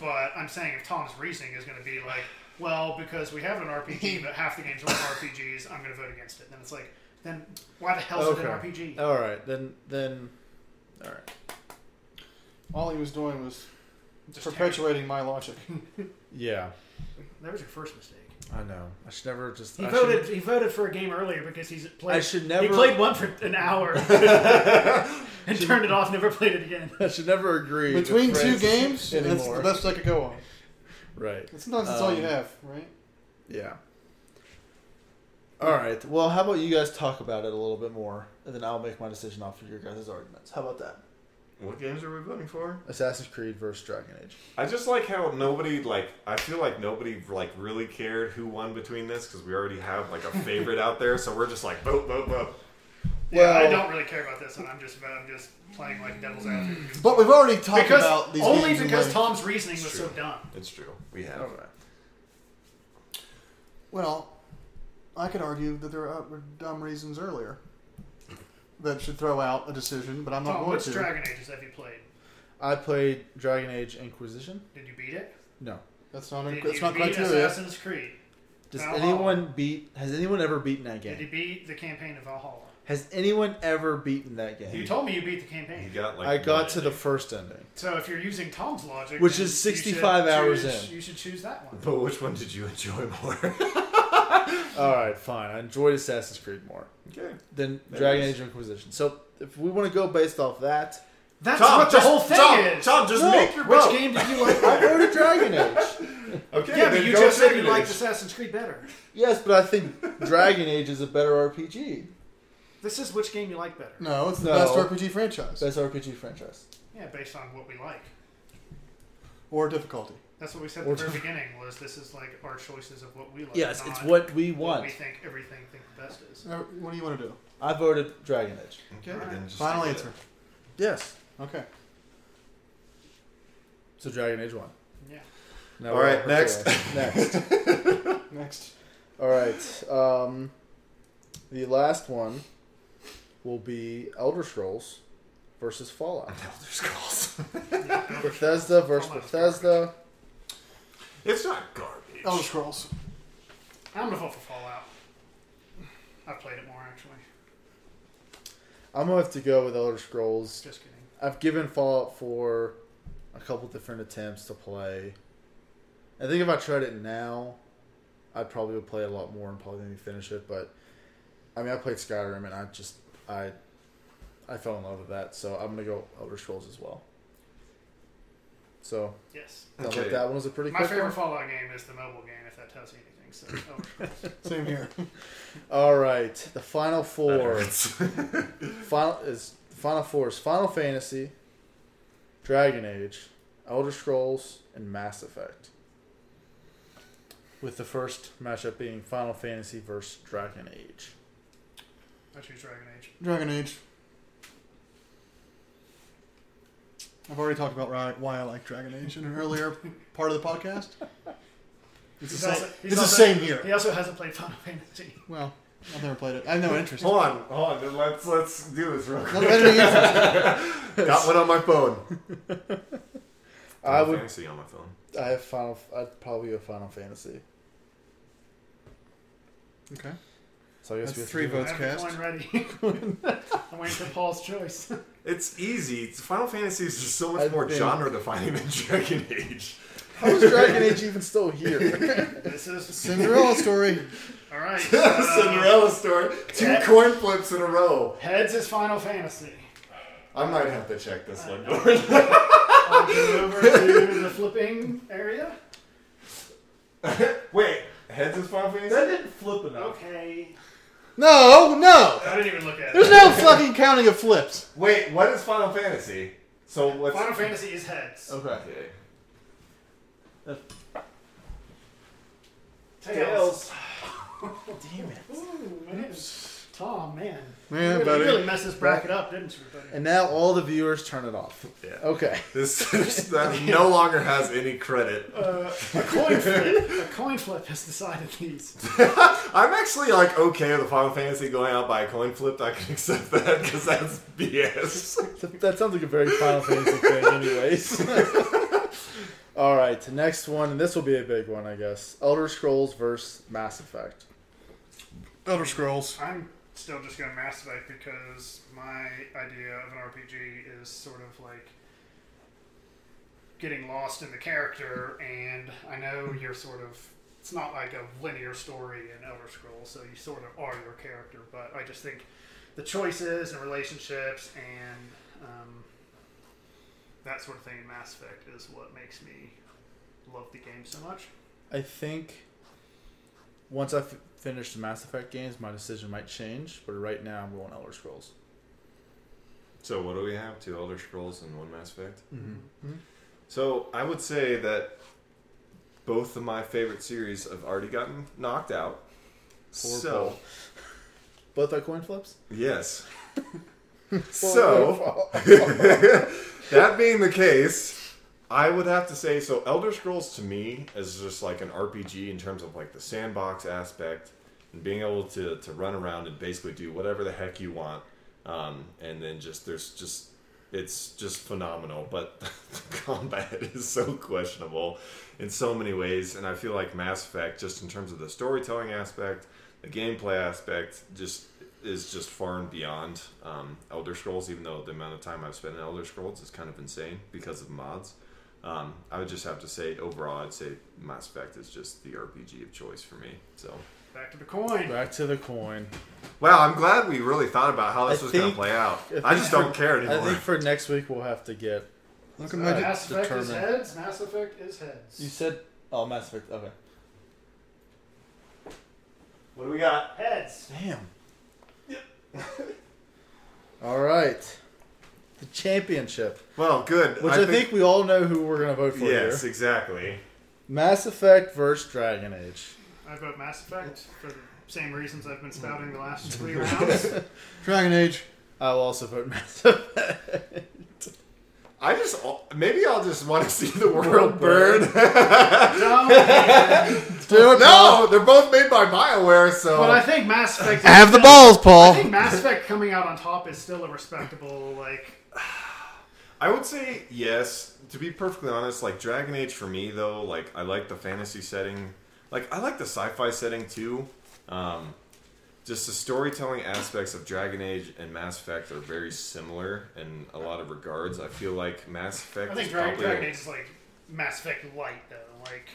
but I'm saying if Tom's reasoning is going to be like, well, because we have (laughs) an RPG, but half the games are RPGs, I'm going to vote against it. Then it's like, then why the hell is it an Okay. RPG? All right. Then then. All right. All he was doing was Just perpetuating my logic. Yeah, terrible. That was your first mistake. I know. I should never just. He I voted. Should, He voted for a game earlier because he's played. I should never- He played one for an hour (laughs) and turned it off. Never played it again. (laughs) I should never agree with Between two Francis games, that's anymore. the best I could go on. Right. And sometimes that's all you Um, have, right? Yeah. All right. Well, how about you guys talk about it a little bit more, and then I'll make my decision off of your guys' arguments. How about that? What games are we voting for? Assassin's Creed versus Dragon Age. I just like how nobody like. I feel like nobody like really cared who won between this because we already have like a favorite out there. So we're just like vote, vote, vote. yeah, Well- I don't really care about this one. I'm just. I'm just playing like devil's advocate. But we've already talked because about these only games in because length. Tom's reasoning was It's so true. dumb. It's true. We have. All right. Well, I could argue that there were dumb reasons earlier that should throw out a decision, but I'm not Tom, going which to. Dragon Ages have you played? I played Dragon Age Inquisition. Did you beat it? No. that's not. Did That's you not beat criteria. Assassin's Creed? Does Valhalla. anyone beat? Has anyone ever beaten that Did you game? beat the campaign of Valhalla? Has anyone ever beaten that You game? He- told me you beat the You campaign. got like. I got one to the ending. first ending. So if you're using Tom's logic, Which then is you should 65 hours choose- in. You should choose that one. (laughs) But which one did you enjoy more? All right, fine. I enjoyed Assassin's Creed more (laughs) okay. than That Dragon is- Age Inquisition. So if we want to go based off that, That's Tom, what the just- whole thing Tom, is. Tom, just No, make your Which vote. game did you like? I voted Dragon Age. Okay, yeah, then but you go just said you Dragon liked Age. Assassin's Creed better. Yes, but I think Dragon Age is a better RPG. This is which game you like better. No, it's the No. best RPG franchise Best RPG franchise. Yeah, based on what we like. or difficulty. That's what we said Or at the very Tom- beginning. Was this is like our choices of what we like. Yes, it's not what we what want. we think everything think the best is. Uh, What do you want to do? I voted Dragon Age. Okay, then just Final do it. answer. Yes. Okay. So Dragon Age won. Yeah. Now All we're right, on next. Hercule. next. Next. All right. Um, the last one will be Elder Scrolls versus Fallout. Elder Scrolls. Bethesda versus Fallout's Bethesda. (laughs) it's not garbage. Elder Scrolls. I'm gonna vote for Fallout. I played it more actually. I'm gonna have to go with Elder Scrolls. Just kidding. I've given Fallout for a couple different attempts to play. I think if I tried it now, I probably would play it a lot more and probably maybe finish it. But I mean, I played Skyrim and I just I I fell in love with that, so I'm gonna go Elder Scrolls as well. So Yes. sounds Okay. like that one was a pretty My quick favorite one. Fallout game is the mobile game, if that tells you anything. So, oh, Elder Scrolls. (laughs) Same here. All right, the final That four. hurts. (laughs) Final is final four is Final Fantasy, Dragon Age, Elder Scrolls, and Mass Effect. With the first matchup being Final Fantasy versus Dragon Age. I choose Dragon Age. Dragon Age. I've already talked about why- why I like Dragon Age in an (laughs) earlier part of the podcast. It's the He's same, also- he's it's the also- same here. He also hasn't played Final Fantasy. Well, I've never played it. I have no interest. hold on, hold on. then Let's let's do this real No, quick. no interest. (laughs) Got one on my phone. I would. Fantasy on my phone. I have Final. I'd probably go Final Fantasy. Okay. So I guess That's we have three to do votes. I have cast. one ready. (laughs) I'm waiting for Paul's choice. It's easy. It's- Final Fantasy is just so much I've more been- genre defining than Dragon Age. How is Dragon Age even still (laughs) here? This is Cinderella story. (laughs) all right. Uh, (laughs) Cinderella story. Two Yeah. coin flips in a row. heads is Final Fantasy. I might have to check this one. I'll go over to the flipping area. Wait, heads is Final Fantasy. didn't flip enough. Okay. No, no. I didn't even look at There's it. no fucking counting of flips. Wait, what is Final Fantasy? So what's Final Fantasy is heads. Oh, Okay. Okay. Tails. Damn it. Ooh, man. Tom, man. Man, you buddy. really, you really messed this bracket up, didn't you, buddy? And now all the viewers turn it off. Yeah. Okay. This, (laughs) this that no longer has any credit. (laughs) Uh, a coin flip. A coin flip has decided these. I'm actually like okay with the Final Fantasy going out by a coin flip. I can (laughs) accept that because that's BS. That, that sounds like a very Final Fantasy thing, anyways. (laughs) All right, next one, and this will be a big one, I guess. Elder Scrolls versus Mass Effect. Elder Scrolls. I'm still just going to Mass Effect because my idea of an RPG is sort of like getting lost in the character, and I Hmm. know you're sort of. It's not like a linear story in Elder Scrolls, so you sort of are your character, but I just think the choices and relationships and um, that sort of thing in Mass Effect is what makes me love the game so much. I think once I f- finish the Mass Effect games, my decision might change, but right now I'm going Elder Scrolls. (laughs) So what do we have? Two Elder Scrolls and one Mass Effect. Mm-hmm. So I would say that both of my favorite series have already gotten knocked out. so Paul. Both are coin flips? (laughs) yes. so that being the case, I would have to say so. Elder Scrolls to me is just like an RPG in terms of like the sandbox aspect and being able to to run around and basically do whatever the heck you want. Um, and then just there's just it's just phenomenal, but (laughs) the combat (laughs) is so questionable in so many ways. And I feel like Mass Effect, just in terms of the storytelling aspect, the gameplay aspect, just is just far and beyond um, Elder Scrolls. Even though the amount of time I've spent in Elder Scrolls is kind of insane because of mods. Um, I would just have to say overall, I'd say Mass Effect is just the RPG of choice for me. So, Back to the coin. Uh, Back to the coin. wow, I'm glad we really thought about how this I was going think- to play out. I I just think- don't care I anymore. think for next week we'll have to get. How come I did- Mass Effect is determine- heads. Mass Effect is heads. said. Oh, Mass Effect, okay. what do we got? heads. Damn. (laughs) all right. The championship, Well, good. which I, think, we all know who we're going to vote for yes, here. exactly. Mass Effect versus Dragon Age. I vote Mass Effect for the same reasons I've been spouting the last three rounds. Dragon Age. (laughs) I'll also vote Mass Effect. I just maybe I'll just want to (laughs) see the world burn. No, man. Do it, (laughs) no, they're both made by Bioware, so but I think Mass Effect. Have the balls, Paul. I think Mass Effect coming out on top is still a respectable like. I would say yes. To be perfectly honest, like Dragon Age for me though, like I like the fantasy setting. Like I like the sci-fi setting too. Um, just the storytelling aspects of Dragon Age and Mass Effect are very similar in a lot of regards. I feel like Mass Effect. I think is Dragon, probably Dragon Age is like Mass Effect light though. Like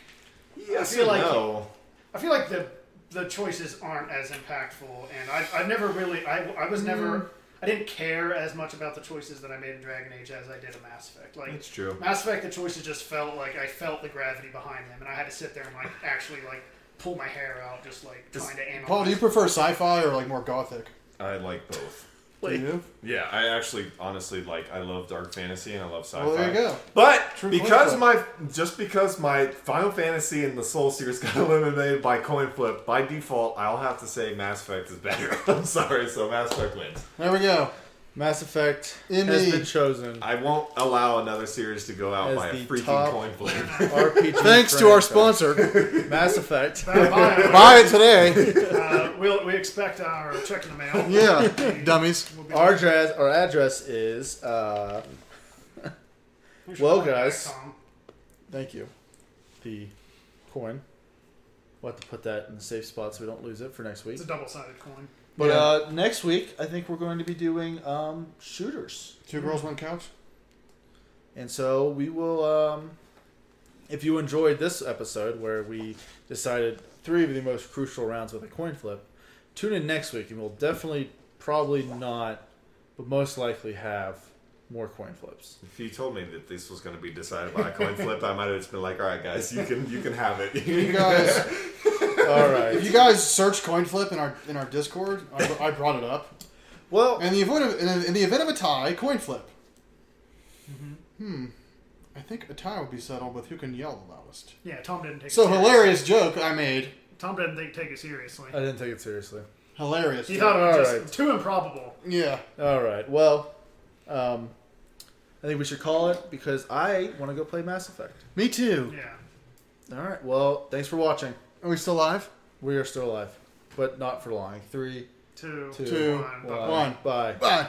Yes, I feel and like- no. I feel like the the choices aren't as impactful, and I I never really I I was Mm. never I didn't care as much about the choices that I made in Dragon Age as I did in Mass Effect. Like It's true. Mass Effect, the choices just felt like I felt the gravity behind them, and I had to sit there and like actually like pull my hair out, just like trying to analyze. Paul, do you (laughs) prefer sci-fi or like more gothic? I like both. Do you? Yeah, I actually honestly like I love dark fantasy and I love sci-fi. Well, there you go. But True because coin my just because my Final Fantasy and the Soul series (laughs) got eliminated by coin flip, by default I'll have to say Mass Effect is better. (laughs) I'm sorry, so Mass Effect wins. There we go. Mass Effect In has the- been chosen. (laughs) I won't allow another series to go out As by a the freaking top- coin flip. (laughs) RPG Thanks to our franchise. (laughs) sponsor. Mass Effect. Bye, bye. Buy it today. Uh, we'll, we expect our check in the mail. Yeah, We- dummies. we'll be- (laughs) Our address, our address is. Uh, we should well, call back, guys. Tom. thank you. The coin. We'll have to put that in the safe spot so we don't lose it for next week. It's a double sided coin. But Yeah. uh, next week, I think we're going to be doing um, shooters. Two girls, one couch. And so we will. Um, if you enjoyed this episode where we decided three of the most crucial rounds with a coin flip, tune in next week and we'll definitely, probably not, but most likely have more coin (laughs) flips. If you told me that this was gonna be decided by (laughs) a coin flip, I might have just been like, Alright guys, you can you can have it. You guys, All if right. you guys search coin flip in our in our Discord, I, I brought it up. Well, In the event of, in, in the event of a tie, coin flip. Hmm. I think a tie would be settled with who can yell the loudest. Yeah, Tom didn't take So it serious. hilarious joke I made. Tom didn't think, take it seriously. I didn't take it seriously. Hilarious. he joke. thought it was just Uh, Alright. too improbable. Yeah. All right. Well, um, I think we should call it because I want to go play Mass Effect. Me too. Yeah. All right. Well, thanks for watching. Are we still live? We are still alive, but not for long. Three, Two. Two. Two. One. one. One. Bye. Bye.